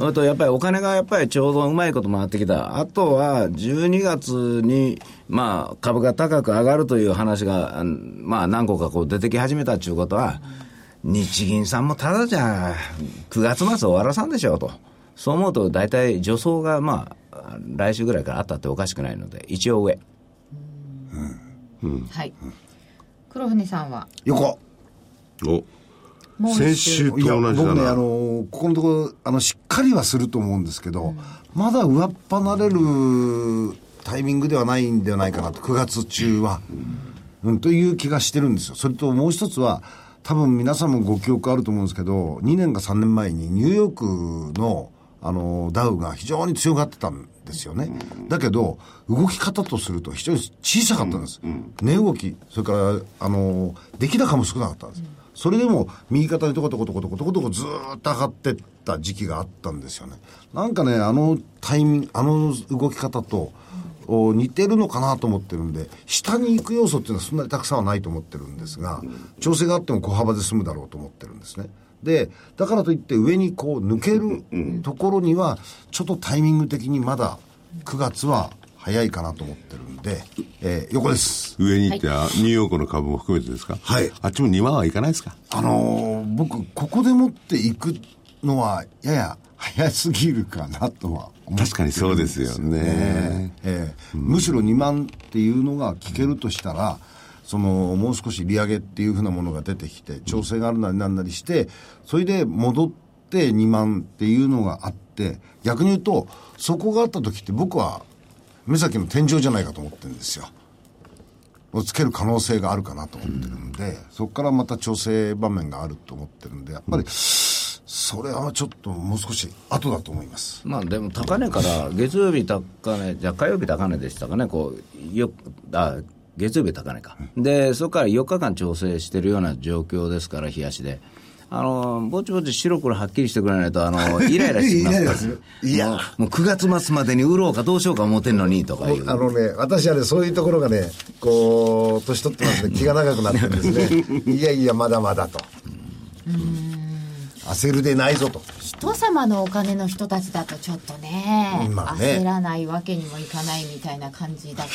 Speaker 6: あとやっぱりお金がやっぱりちょうどうまいこと回ってきた、あとは12月に、まあ、株が高く上がるという話が、あのまあ、何個かこう出てき始めたということは、日銀さんもただじゃ、9月末終わらさんでしょうと、そう思うと、大体助走が、まあ、来週ぐらいからあったっておかしくないので、一応上。
Speaker 4: はい黒船さんは
Speaker 5: 横。
Speaker 7: お。
Speaker 4: もう一周
Speaker 7: 先週と
Speaker 5: いや、
Speaker 7: 同じだ
Speaker 5: 僕ね、あの、
Speaker 7: な。
Speaker 5: ここのところ、あの、しっかりはすると思うんですけど、まだ上っ離れるタイミングではないんではないかなと、9月中は。うん、という気がしてるんですよ。それともう一つは、多分皆さんもご記憶あると思うんですけど、2年か3年前にニューヨークの、あの、ダウが非常に強がってたんですよね。だけど、動き方とすると非常に小さかったんです。値動き、それから、あの、出来高も少なかったんです。それでも、右肩にとことことことことことこずーっと上がってった時期があったんですよね。なんかね、あのタイミング、あの動き方と、お似てるのかなと思ってるんで、下に行く要素っていうのはそんなにたくさんはないと思ってるんですが、調整があっても小幅で済むだろうと思ってるんですね。で、だからといって上にこう抜けるところには、ちょっとタイミング的にまだ9月は早いかなと思ってるんで、えー横です。
Speaker 7: 上に行って、あニューヨークの株も含めてですか
Speaker 5: はい
Speaker 7: あっちも2万はいかないですか
Speaker 5: あのー僕、ここでもって行くのは、やや早すぎるかなとは思ってるん
Speaker 7: 確かにそうですよね。
Speaker 5: ええむしろ2万っていうのが聞けるとしたら、そのもう少し利上げっていうふうなものが出てきて、調整があるなりなんなりして、それで戻って2万っていうのがあって、逆に言うと、そこがあった時って、僕は目先の天井じゃないかと思ってるんですよ。をつける可能性があるかなと思ってるんで、そこからまた調整場面があると思ってるんで、やっぱり、それはちょっともう少し後だと思います。
Speaker 6: まあでも高値から月曜日高値、じゃあ火曜日高値でしたかね、こうよあ月曜日高値か、でそこから4日間調整してるような状況ですから、冷やしで、あのぼちぼち白黒はっきりしてくれないと
Speaker 9: <laughs>
Speaker 6: あのイライラしてきます
Speaker 9: イライラするいや
Speaker 6: もうもう9月末までに売ろうかどうしようか思ってんのにとかいう
Speaker 9: あのね、私はね、そういうところがね、こう、年取ってますね、気が長くなってるんですね。いやいや、まだまだと。焦るでないぞと。
Speaker 4: 人様のお金の人たちだとちょっとね,、
Speaker 9: まあね
Speaker 4: 焦らないわけにもいかないみたいな感じだか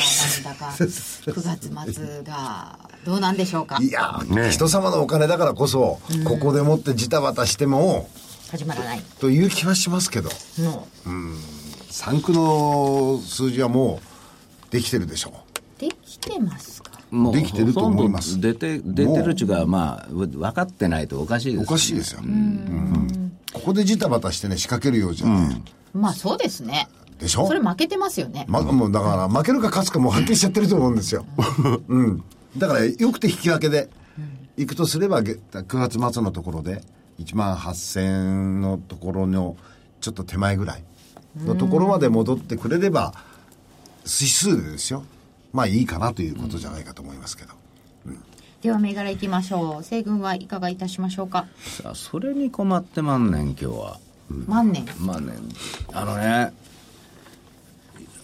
Speaker 4: なんだか9月末がどうなんでしょうか
Speaker 9: いや、
Speaker 7: ね
Speaker 9: 人様のお金だからこそ、ここでもってジタバタしても、
Speaker 4: 始まらない
Speaker 9: という気はしますけど、
Speaker 4: もう
Speaker 9: 3区の数字はもう、できてるでしょう。
Speaker 4: できてますか
Speaker 6: もう
Speaker 9: できてると思います
Speaker 6: ほとんど出て出てるっちゅうかまあ分かってないとおかしいです、
Speaker 9: おかしいですよ。うんここでジタバタしてね、仕掛けるようじゃね、
Speaker 4: まあそうですね
Speaker 9: でしょ
Speaker 4: それ負けてますよね、
Speaker 9: ま、もうだから、負けるか勝つかもうはっきりしちゃってると思うん
Speaker 5: <laughs>
Speaker 9: ですよ。うん。だから、よくて引き分けで、行くとすれば、げ9月末のところで、1万8000のところの、ちょっと手前ぐらいのところまで戻ってくれれば、指数でですよ。まあいいかなということじゃないかと思いますけど。
Speaker 4: では銘柄いきましょう西軍はいかがいたしましょうか
Speaker 6: さあそれに困ってまんねん今日は
Speaker 4: 万年
Speaker 6: まあねあのね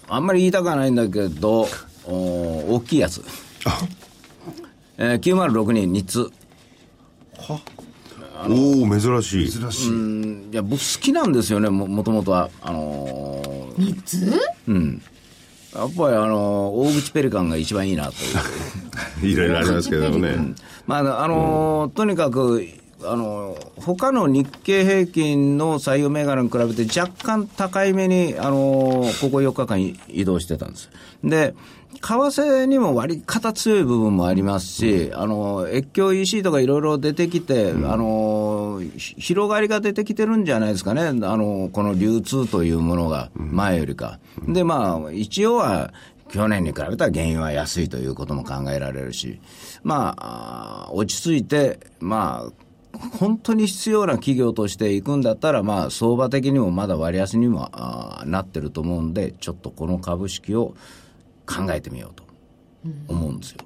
Speaker 6: あんまり言いたくはないんだけどお大きいやつ、えー、906に2通
Speaker 7: おお珍しい
Speaker 9: 珍しい。
Speaker 6: うんいや僕好きなんですよねももともとはあのー
Speaker 4: 3つ
Speaker 6: うんやっぱりあのー大口ペリカンが一番いいなという
Speaker 7: いろいろありますけどもね
Speaker 6: まあ、あのーとにかく、あのー他の日経平均の採用銘柄に比べて若干高い目に、あのーここ4日間い移動してたんです。で、為替にも割り方強い部分もありますし、あのー越境 EC とかいろいろ出てきて、あのーひ広がりが出てきてるんじゃないですかね、あのーこの流通というものが前よりか。で、まあ、一応は、去年に比べたら原油は安いということも考えられるし、まあ、あー落ち着いて、まあ、本当に必要な企業としていくんだったら、まあ、相場的にもまだ割安にもあーなってると思うんで、ちょっとこの株式を考えてみようと思うんですよ。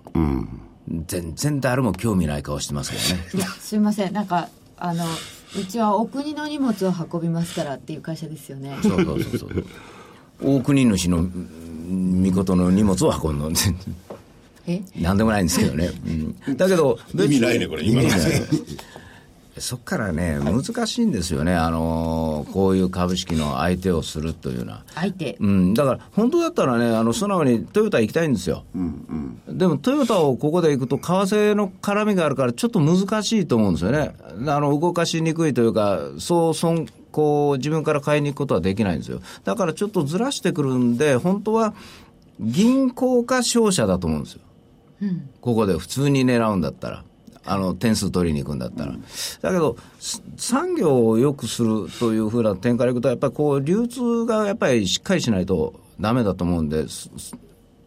Speaker 6: 全然誰も興味ない顔してますけどね。
Speaker 4: いやすいませんなんかあのうちはお国の荷物を運びますからっていう会社ですよね
Speaker 6: そうそうそうそう。大国主の御事の荷物を運ぶの。
Speaker 4: え
Speaker 6: なんでもないんですけど
Speaker 7: <laughs>
Speaker 6: ね。うんだけど、
Speaker 7: 意味ないねこれ今の
Speaker 6: 意味ないそこからね、難しいんですよね、あのーこういう株式の相手をするというのは。
Speaker 4: 相手
Speaker 6: うん、だから本当だったらね、あの素直にトヨタ行きたいんですよ、でもトヨタをここで行くと、為替の絡みがあるから、ちょっと難しいと思うんですよね、あの動かしにくいというか、そう損こう自分から買いに行くことはできないんですよ、だからちょっとずらしてくるんで、本当は銀行か商社だと思うんですよ。ここで普通に狙うんだったら。あの点数取りに行くんだったら、だけど、す産業を良くするというふうな展開でいくと、やっぱりこう流通がやっぱりしっかりしないとだめだと思うんで、すす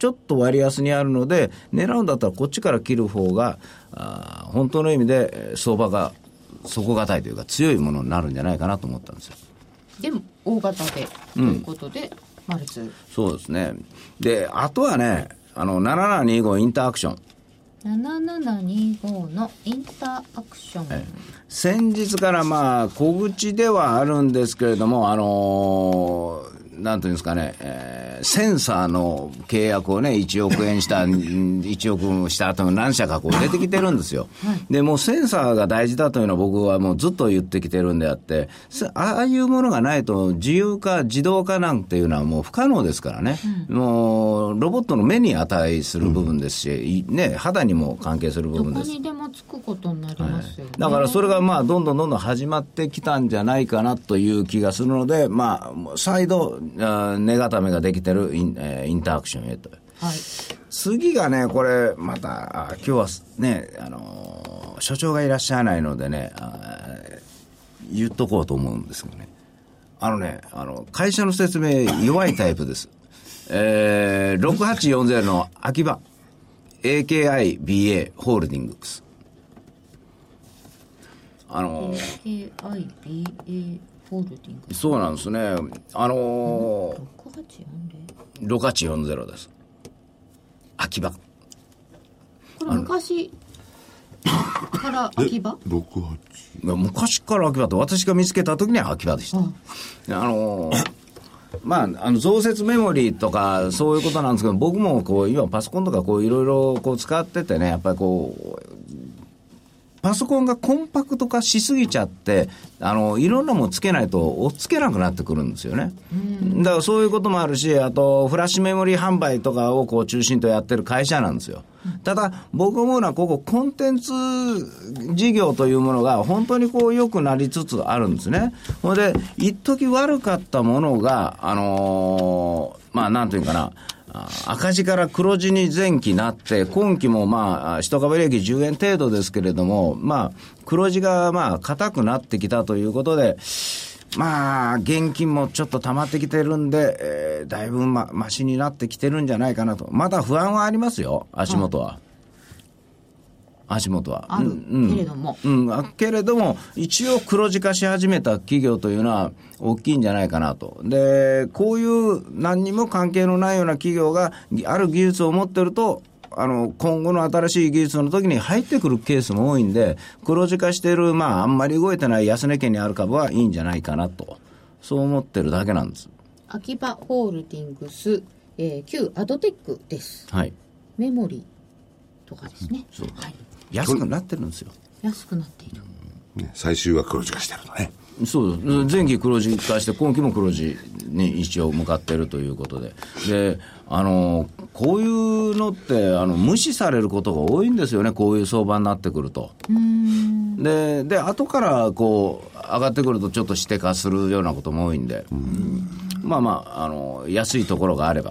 Speaker 6: ちょっと割安にあるので、狙うんだったらこっちから切る方が、あー本当の意味でえー相場が底堅いというか、強いものになるんじゃないかなと思ったんですよ。
Speaker 4: でも大型でということで、マルツ
Speaker 6: そうですね、であとはね、あの7725インターアクション。
Speaker 4: 7725のインターアクション、
Speaker 6: 先日からまあ小口ではあるんですけれども、あのーなんていうんですかね、えーセンサーの契約をね、1億円した、1億円した後の何社かこう出てきてるんですよ、でもうセンサーが大事だというのは、僕はもうずっと言ってきてるんであって、せああいうものがないと、自由化、自動化なんていうのはもう不可能ですからね、もうロボットの目に値する部分ですし、いね、肌にも関係する部
Speaker 4: どこ
Speaker 6: 分です
Speaker 4: にでもつくことになりますよね、
Speaker 6: だからそれがまあどんどんどんどん始まってきたんじゃないかなという気がするので、まあ、再度、あー根固めができてるイン,、えーインターアクションへと。
Speaker 4: はい、
Speaker 6: 次がね、これ、また、あー今日はね、あのー所長がいらっしゃらないのでね、あー言っとこうと思うんですけどね。あのね、あの、会社の説明弱いタイプです。えー、6840の秋葉、AKIBA ホールディングス。あのー
Speaker 4: KIBA ホールディング
Speaker 6: そうなんですね。あの
Speaker 4: 6840
Speaker 6: ー、6840です。秋葉。
Speaker 4: これ昔から秋葉
Speaker 7: 六八。
Speaker 6: 昔から秋葉と、私が見つけた時には秋葉でした。あのーまあ、あの増設メモリーとか、そういうことなんですけど、僕もこう今、パソコンとかこういろいろこう使っててね、やっぱりこう、パソコンがコンパクト化しすぎちゃって、あの、いろんなもんつけないと、追っつけなくなってくるんですよね。だからそういうこともあるし、あと、フラッシュメモリー販売とかをこう中心とやってる会社なんですよ。ただ、僕思うのは、ここ、コンテンツ事業というものが、本当にこう、良くなりつつあるんですね。ほんで、一時悪かったものが、あのーまあ、なんというかな、あ赤字から黒字に前期なって、今期もまあ、一株利益10円程度ですけれども、まあ、黒字がまあ、硬くなってきたということで、まあ、現金もちょっと溜まってきてるんで、えーだいぶま、マシになってきてるんじゃないかなと。まだ不安はありますよ、足元は。足元は。
Speaker 4: ある
Speaker 6: うん
Speaker 4: けれども、
Speaker 6: うん、あけれども、一応黒字化し始めた企業というのは大きいんじゃないかなと。で、こういう何にも関係のないような企業が、ある技術を持ってると、あの、今後の新しい技術の時に入ってくるケースも多いんで、黒字化している、まあ、あんまり動いてない安値県にある株はいいんじゃないかなと。そう思ってるだけなんです。
Speaker 4: 秋葉ホールディングス、えー、旧アドテックです
Speaker 6: はい。
Speaker 4: メモリーとかですね、はい、
Speaker 6: 安くなってるんですよ。
Speaker 4: 安くなっている
Speaker 7: ね最終は黒字化してるのね。
Speaker 6: そうです前期黒字化して、今期も黒字に一応向かっているということで、であのこういうのってあの、無視されることが多いんですよね、こういう相場になってくると。で、で後からこう上がってくると、ちょっと指定化するようなことも多いんで、まあまああの、安いところがあれば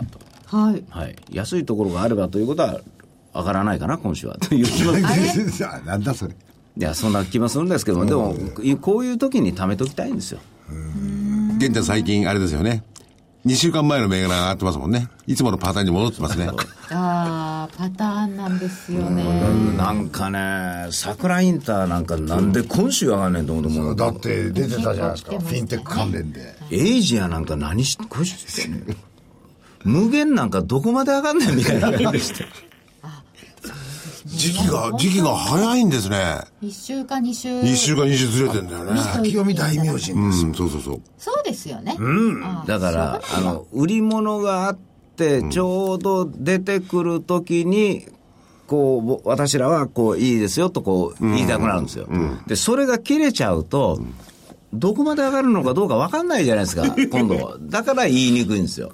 Speaker 6: と、
Speaker 4: はい
Speaker 6: はい、安いところがあればということは、上がらないかな、今週はという <laughs> 気もい
Speaker 9: <laughs>
Speaker 5: あなんだそれ
Speaker 6: や、そんな気もするんですけども、でも、こういう時に貯めときたいんですよ。
Speaker 7: 現在最近、あれですよね。2週間前の銘柄が上がってますもんね。いつものパターンに戻ってますね。
Speaker 4: あーパターンなんですよね
Speaker 6: なんかね、桜インターなんか、なんで今週上がんねんと思って、もう
Speaker 5: だって出てたじゃないです
Speaker 4: 結構来
Speaker 5: か
Speaker 4: てましたね
Speaker 5: フィンテック関連で
Speaker 6: エイジアなんか何し、今週ですね、無限なんかどこまで上がんねんみたいな感じして、
Speaker 7: 時期が、時期が早いんですね。
Speaker 4: 1週か2週
Speaker 7: 2週間2週ずれてんだよね。
Speaker 5: 先読み大名人
Speaker 7: うん、そうそうそう。
Speaker 4: そうですよね、あー
Speaker 6: だから
Speaker 4: そ、
Speaker 6: あの売り物があって、ちょうど出てくるときに、こうぼ私らはこういいですよとこう言いたくなるんですよ、でそれが切れちゃうと、どこまで上がるのかどうか分かんないじゃないです <laughs> か、今度、だから言いにくいんですよ。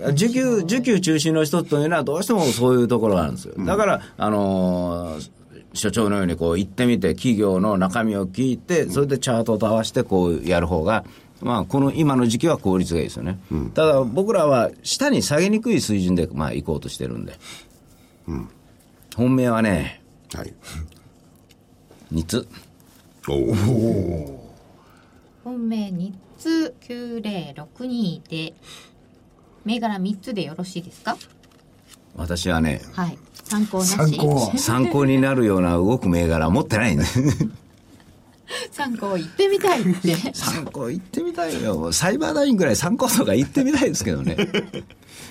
Speaker 6: 需給、需給中心の一つというのは、どうしてもそういうところがあるんですよ。だから、あのー所長のようにこう行ってみて、企業の中身を聞いて、それでチャートと合わせてこうやる方が、まあ、この今の時期は効率がいいですよね。ただ、僕らは下に下げにくい水準で、まあ、行こうとしてるんで。本命はね、
Speaker 7: はい。
Speaker 6: ニツ。
Speaker 7: おお。
Speaker 4: 本命3つ9062で銘柄3つでよろしいですか
Speaker 6: 私は <laughs> ね、
Speaker 4: はい参考なし
Speaker 5: 参考
Speaker 6: 参考になるような動く銘柄持ってないんで。
Speaker 4: 参考行ってみたいって
Speaker 6: 参考行ってみたいよサイバーダインぐらい参考とか行ってみたいですけどね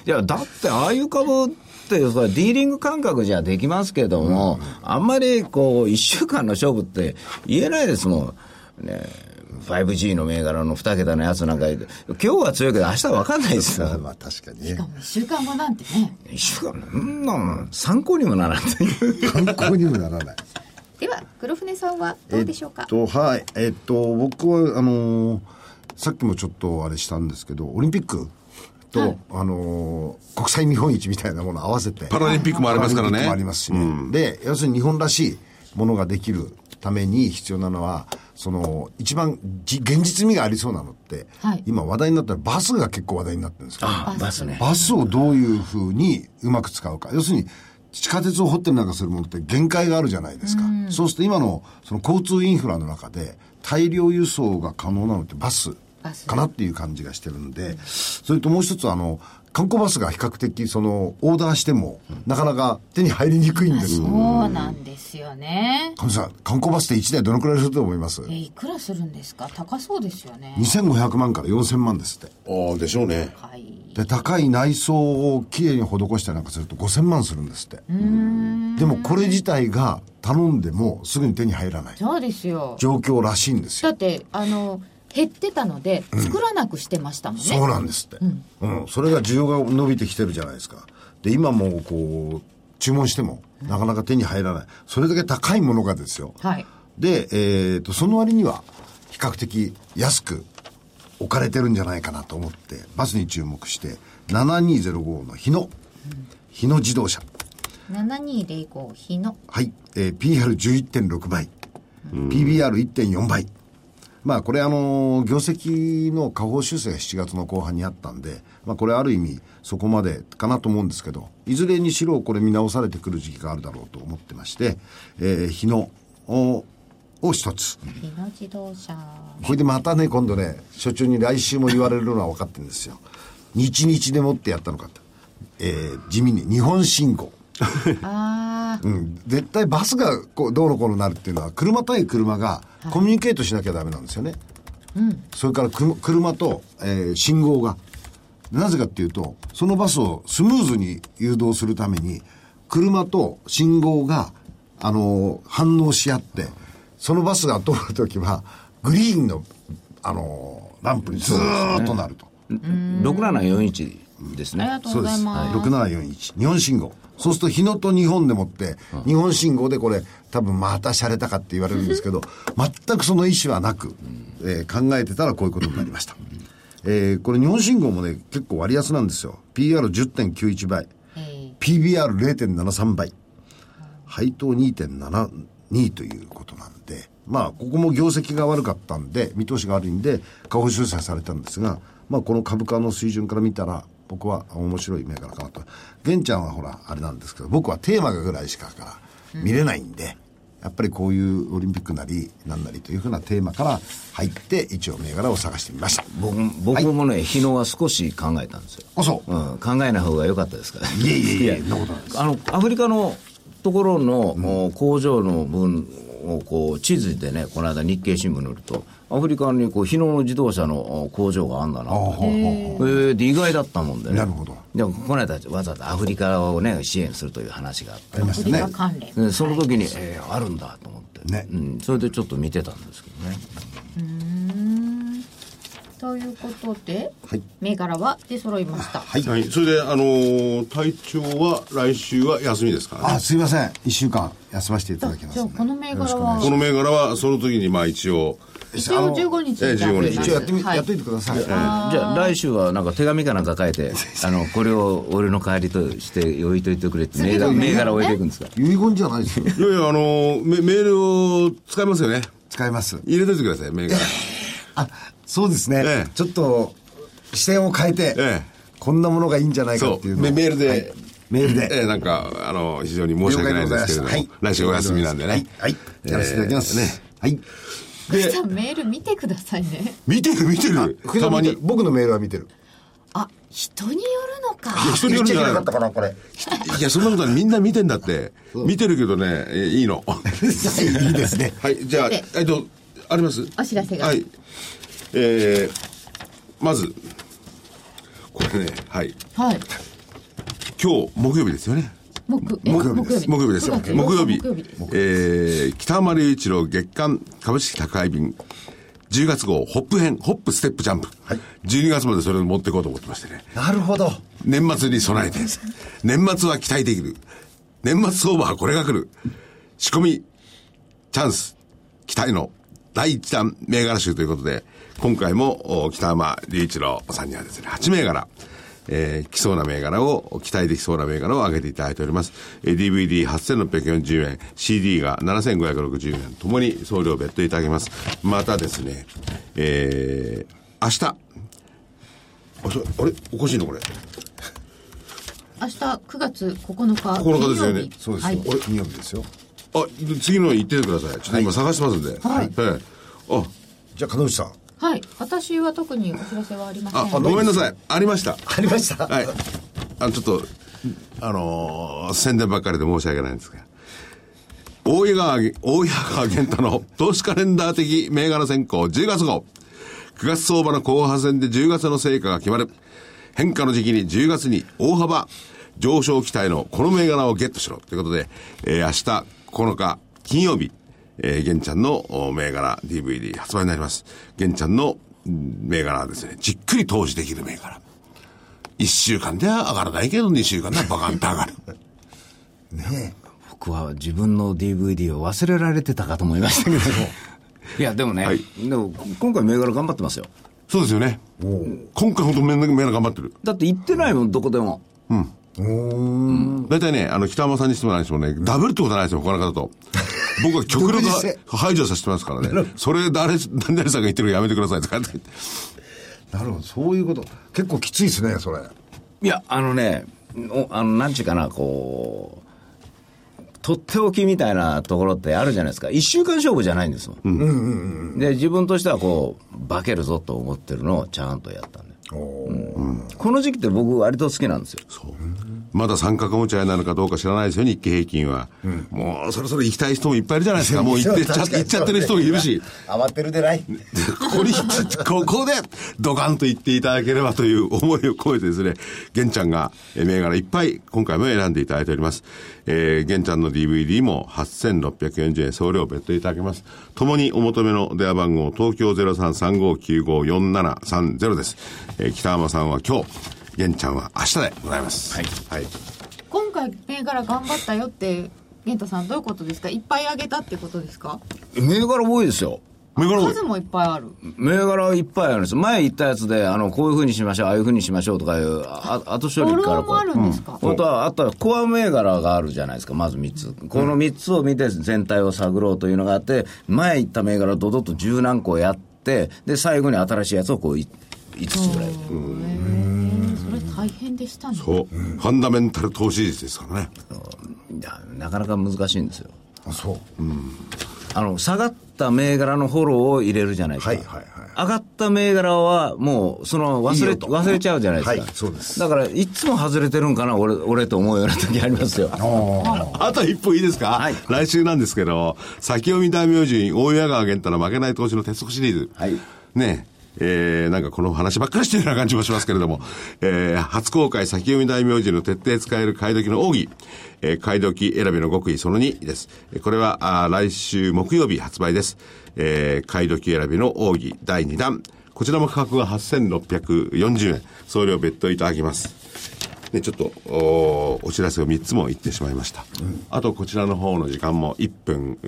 Speaker 6: いやだってああいう株ってそれディーリング感覚じゃできますけども、あんまりこう1週間の勝負って言えないですもんね 5G の銘柄の2桁のやつなんか今日は強いけど明日は分かんないですよ
Speaker 5: あまあ確かにね
Speaker 4: 1週間後なんてね
Speaker 6: 1週間なんなの参考にもならない
Speaker 5: 観光にもならない
Speaker 4: では黒船さんはどうでしょうか、
Speaker 5: えっと、はい。えっと、僕は、あのーさっきもちょっとあれしたんですけど、オリンピックと、あのー国際見本市みたいなものを合わせて。
Speaker 7: パラリンピックもありますからね
Speaker 5: パラリンピックもありますしね。で、要するに日本らしいものができるために必要なのは、その、一番じ現実味がありそうなのって、
Speaker 4: はい
Speaker 5: 今話題になったバスが結構話題になってるんですけど、
Speaker 6: あバスね
Speaker 5: バスをどういうふうにうまく使うか。要するに、地下鉄を掘ったりなんかするものって限界があるじゃないですか。そうすると今のその交通インフラの中で大量輸送が可能なのってバス
Speaker 4: バス
Speaker 5: かなっていう感じがしてるんで、それともう一つあの、観光バスが比較的そのオーダーしてもなかなか手に入りにくいんです。
Speaker 4: そうなんですよね
Speaker 5: 神さん、観光バスって1台どのくらいすると思います
Speaker 4: えいくらするんですか高そうですよね
Speaker 5: ?2500 万から4000万ですって。
Speaker 7: ああ、でしょうね。
Speaker 4: はい
Speaker 5: で高い内装をきれいに施したりなんかすると5000万するんですってでもこれ自体が頼んでもすぐに手に入らない
Speaker 4: そうですよ
Speaker 5: 状況らしいんです
Speaker 4: だ
Speaker 5: よ。
Speaker 4: ってあの減ってたので作らなくしてましたもんね、
Speaker 5: そうなんですって。うん。それが需要が伸びてきてるじゃないですか。で、今もうこう、注文してもなかなか手に入らない。それだけ高いものがですよ。
Speaker 4: はい
Speaker 5: で、えー、とその割には比較的安く置かれてるんじゃないかなと思ってバスに注目して7205の日野、日野自動車
Speaker 4: 7205日の
Speaker 5: はい、えー、PR11.6 倍 PBR1.4 倍まあこれあのー業績の下方修正が7月の後半にあったんで、まあ、これある意味そこまでかなと思うんですけどいずれにしろこれ見直されてくる時期があるだろうと思ってまして、えー、日野をを一つ、
Speaker 4: 日野自動車
Speaker 5: これでまたね、今度ね、所長に来週も言われるのは分かってるんですよ。日々でもってやったのかと。えー地味に日本信号。
Speaker 4: ああ
Speaker 5: うん、絶対バスがこう道路こうなるっていうのは車対車がコミュニケートしなきゃダメなんですよね、それからく車と、えー信号がなぜかっていうとそのバスをスムーズに誘導するために車と信号が、あのー反応し合ってそのバスが通るときはグリーンの、あのーランプにずーっとなると、
Speaker 6: 6741です
Speaker 4: ありが
Speaker 6: ね。
Speaker 4: とうございます
Speaker 5: 6741日本信号そうすると日野と日本でもって日本信号でこれ多分また洒落たかって言われるんです
Speaker 4: <laughs>
Speaker 5: けど全くその意思はなく、えー考えてたらこういうことになりました、えーこれ日本信号もね結構割安なんですよ PR10.91 倍
Speaker 4: えー
Speaker 5: PBR0.73 倍配当2.72ということなんでまあここも業績が悪かったんで見通しが悪いんで下方修正されたんですがまあこの株価の水準から見たら僕は面白い銘柄かなと玄ちゃんはほらあれなんですけど僕はテーマぐらいしかから見れないんで、やっぱりこういうオリンピックなりなんなりというふうなテーマから入って一応銘柄を探してみました
Speaker 6: 僕も僕もね、日野は少し考えたんですよ。
Speaker 5: あそう
Speaker 6: うん、考えない方が良かったですから。
Speaker 5: いえいえいえ
Speaker 6: <laughs>
Speaker 5: そんなことないです
Speaker 6: あの、アフリカのところの、お工場の分をこう、地図でね、この間日経新聞によると、アフリカにこう、日野の自動車のお工場があんだなと。
Speaker 5: ほうほう
Speaker 6: えーで意外だったもんでね。
Speaker 5: なるほど
Speaker 6: でも、この間、わざわざアフリカをね、支援するという話があって。
Speaker 4: アフリカ関連、
Speaker 6: でその時に、えーあるんだと思って、
Speaker 5: ね
Speaker 6: うん、それでちょっと見てたんですけどね
Speaker 4: ということで、
Speaker 5: はい
Speaker 4: 銘柄は出揃いました
Speaker 7: はい、それで、あのー体調は来週は休みですから
Speaker 5: あ
Speaker 7: ね。
Speaker 5: すいません1週間休ませていただきます
Speaker 4: じゃあ
Speaker 5: んで
Speaker 4: この銘柄は
Speaker 7: この銘柄はその時にまあ一応、
Speaker 4: 一応15日にじゃあ
Speaker 7: ええ15日
Speaker 5: 一応やってみ、
Speaker 4: はい
Speaker 5: やっといてください、
Speaker 6: じゃあ来週はなんか手紙かなんか書い <laughs> てあのこれを俺の代わりとして置いといてくれって銘柄銘柄を置いていくんですか
Speaker 5: 遺言じゃないですよ
Speaker 7: いやいや、あのーメメールを使いますよね。
Speaker 5: 使います
Speaker 7: 入れといてください、銘柄。
Speaker 5: あそうですね、
Speaker 7: ええ
Speaker 5: ちょっと視点を変えて、
Speaker 7: ええ
Speaker 5: こんなものがいいんじゃないか
Speaker 7: そ、
Speaker 5: っていううのを
Speaker 7: メメールで、
Speaker 5: はい <laughs> メールで、
Speaker 7: ええなんか、あの、非常に申し訳ないですけれども、
Speaker 5: 了解でございま
Speaker 7: 来
Speaker 5: した
Speaker 7: 週お休みなんでね。
Speaker 5: はい、はいやらせていただきます、
Speaker 7: え
Speaker 5: ねはい
Speaker 7: えで
Speaker 4: じゃあメール見てくださいね
Speaker 7: 見てる見てる
Speaker 5: 福井さ
Speaker 7: た
Speaker 5: ん
Speaker 7: ま
Speaker 5: 見て
Speaker 7: に
Speaker 5: る。僕のメールは見てる
Speaker 4: あ人によるのか
Speaker 7: 人によるんじゃな
Speaker 5: 言っ
Speaker 7: い
Speaker 5: ちゃいけなかったかなこれ
Speaker 7: いや、そんなことないみんな見てんだって。見てるけどね、えいいの。
Speaker 5: いいですね
Speaker 7: <laughs> はい、じゃあ、
Speaker 4: で
Speaker 7: えっと、あります
Speaker 4: お知らせが
Speaker 7: はい。えー、まず、これね、はい。
Speaker 4: はい
Speaker 7: 今日、木曜日ですよね。
Speaker 4: 木え木曜日
Speaker 7: 木曜日ですよ。
Speaker 4: 9月
Speaker 7: 木曜日
Speaker 4: 木曜日です。
Speaker 7: えー、北丸雄一郎月間株式宅配便。10月号、ホップ編、ホップステップジャンプ。12月までそれを持っていこうと思ってましてね。
Speaker 5: なるほど
Speaker 7: 年末に備えて。年末は期待できる。年末相場はこれが来る。仕込み、チャンス、期待の第一弾銘柄集ということで、今回もお北山隆一郎さんにはですね、8銘柄、えー、来そうな銘柄を、期待できそうな銘柄を挙げていただいております。えー、DVD8640 円、CD が7560円、ともに送料別途いただきます。またですね、えー、明日、あそれあれおかしいのこれ。
Speaker 4: 明日9月9日
Speaker 7: 9日です
Speaker 4: 金曜日
Speaker 5: そ
Speaker 7: よね
Speaker 5: うです
Speaker 4: は
Speaker 5: よ、
Speaker 4: い
Speaker 5: これ金曜日ですよ
Speaker 7: あ、次の言っててください。ちょっと今探してますんで。
Speaker 4: はい
Speaker 7: ええあ、
Speaker 5: じゃあ門内さん
Speaker 4: はい、私は特にお知らせはありません。
Speaker 7: あ、ごめんなさい。ありました。
Speaker 5: ありました
Speaker 7: はい。あちょっと、あのー宣伝ばっかりで申し訳ないんですが。大井川、大井川源太の <laughs> 投資カレンダー的銘柄選考10月号。9月相場の後半戦で10月の成果が決まる。変化の時期に10月に大幅上昇期待のこの銘柄をゲットしろ。ということで、えー明日9日金曜日、えー、玄ちゃんのお銘柄 DVD 発売になります。玄ちゃんのうん銘柄はですね、じっくり投資できる銘柄。1週間では上がらないけど、2週間ではバカンと上がる。
Speaker 9: ね
Speaker 6: 僕は自分の DVD を忘れられてたかと思いましたけど <laughs> いやでもね、
Speaker 7: はい
Speaker 6: でも今回銘柄頑張ってますよ
Speaker 7: <laughs> そうですよね。今回本当銘柄頑張ってる。
Speaker 6: だって行ってないもんどこでも
Speaker 9: え。おー
Speaker 7: 大体ね、あの、北浜さんにしても何にしてもね、ダブルってことはないですよ、他の方 <laughs> と。僕は極力
Speaker 9: 独自性
Speaker 7: 排除させてますからね。それ誰、何々さんが言ってるのやめてくださいとかって言って。
Speaker 9: なるほど、そういうこと。結構きついですね、それ。
Speaker 6: いやあのねおあのなんちゅうかなこうとっておきみたいなところってあるじゃないですか1週間勝負じゃないんですもん、で自分としてはこう化けるぞと思ってるのをちゃんとやったんで、うんこの時期って僕割と好きなんですよ
Speaker 7: まだ三角持ち合いなのかどうか知らないですよ、日経平均は。もう、そろそろ行きたい人もいっぱいいるじゃないですか。もう行ってっちゃ、行っちゃってる人もいるし。。
Speaker 9: 慌てるでない。
Speaker 7: ここに、ここで、ドカンと言っていただければという思いを込めてですね、玄ちゃんが、えー銘柄いっぱい、今回も選んでいただいております。えー、玄ちゃんの DVD も8640円送料別途いただけます。ともにお求めの電話番号、東京0335954730です。えー北浜さんは今日、玄ちゃんは明日でございます。はい。はい。
Speaker 4: 今回銘柄頑張ったよって玄太さんどういうことですかいっぱいあげたってことですか
Speaker 6: 銘柄多いですよ
Speaker 7: 銘柄多い
Speaker 4: 数もいっぱいある
Speaker 6: 銘柄いっぱいあるんです前言ったやつであのこういうふうにしましょうああいうふうにしましょうとかいうああ後処理か
Speaker 4: フォロ
Speaker 6: らこ
Speaker 4: ーもあるんですか
Speaker 6: う本当はあとはコア銘柄があるじゃないですかまず3つこの3つを見て全体を探ろうというのがあって前言った銘柄をドドッと十何個やってで最後に新しいやつをこうい5つぐらい
Speaker 4: へえそれ大変でしたね
Speaker 7: そう。ファンダメンタル投資術ですからね。
Speaker 6: いやなかなか難しいんですよ
Speaker 9: あ、そう。
Speaker 6: あの下がった銘柄のフォローを入れるじゃないですか、
Speaker 9: はいはいはい
Speaker 6: 上がった銘柄はもうその忘れ
Speaker 9: いいよと
Speaker 6: 忘れちゃうじゃないですか、
Speaker 9: はいそうです
Speaker 6: だからいつも外れてるんかな俺俺と思うような時ありま
Speaker 9: <laughs>
Speaker 6: すよ
Speaker 7: <laughs> あと一歩いいですか、
Speaker 6: はい
Speaker 7: 来週なんですけど、先読み大名人、大岩川源太の負けない投資の鉄則シリーズ。
Speaker 6: はい
Speaker 7: ねえ、えー、なんかこの話ばっかりしてるような感じもしますけれども、えー、初公開先読み大名人の徹底使える買い時の奥義、えー、買い時選びの極意その2です。えーこれは、あー来週木曜日発売です。えー、買い時選びの奥義第2弾。こちらも価格は8640円。送料別途いただきます。ね、ちょっとおお知らせを3つも言ってしまいました、あとこちらの方の時間も1分う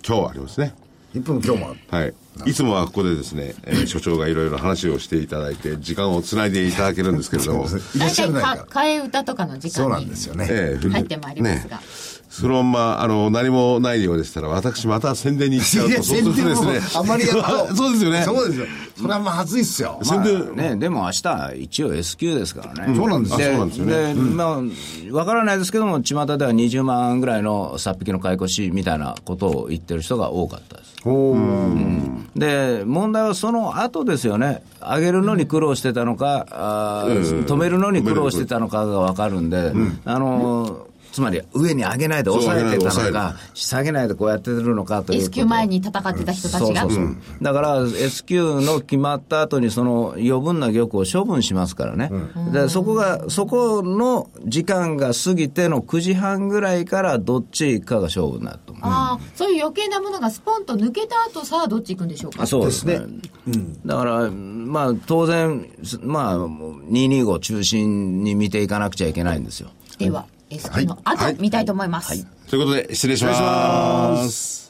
Speaker 7: ー今日ありますね
Speaker 9: 1分今日もある。
Speaker 7: はいいつもはここでですね、えー所長がいろいろ話をしていただいて時間をつないでいただけるんですけれども
Speaker 9: いらっ
Speaker 4: 大
Speaker 9: しゃら
Speaker 4: 体
Speaker 9: ないか。
Speaker 4: から替え歌とかの時
Speaker 9: そうな
Speaker 4: 間
Speaker 9: ん
Speaker 4: に
Speaker 9: ですよね。
Speaker 7: ええ
Speaker 4: 入ってまいりますが、
Speaker 7: ねそのまんまあの何もないようでしたら私また宣伝に行っちゃう
Speaker 9: い
Speaker 7: と
Speaker 9: や、宣伝
Speaker 7: そう
Speaker 9: も
Speaker 7: するとですね
Speaker 9: あんまりやる
Speaker 6: <laughs>
Speaker 9: と。
Speaker 7: <laughs> そうですよね
Speaker 9: そうですよ。それはまずいっすよ。
Speaker 7: 宣伝、
Speaker 6: ね、でも明日一応 S q ですからね、
Speaker 9: そうなんです
Speaker 7: よそうなんですよね
Speaker 6: でまあ、分からないですけども、巷では20万ぐらいの殺匹の買い越しみたいなことを言ってる人が多かったです。
Speaker 9: おー
Speaker 6: で問題はその後ですよね、上げるのに苦労してたのか、あー
Speaker 7: うん
Speaker 6: 止めるのに苦労してたのかが分かるんで、あのーつまり上に上げないで抑えてた
Speaker 7: そう上
Speaker 6: の
Speaker 7: げないで
Speaker 6: か、下げないでこうやってるのかという
Speaker 4: S
Speaker 6: こと
Speaker 4: 級前に戦ってた人たちが
Speaker 6: そうそうそうだから S q の決まった後にその余分な玉を処分しますからね、でそこがそこの時間が過ぎての9時半ぐらいからどっち行くかが勝負になると思う、
Speaker 4: ああそういう余計なものがスポンと抜けた後さあどっち行くんでしょうか
Speaker 6: あそうですねだから、まあ、当然、まあ、225中心に見ていかなくちゃいけないんですよ。
Speaker 4: では S 級の後、
Speaker 7: はい
Speaker 4: 見たいと思います、
Speaker 7: ということで失礼します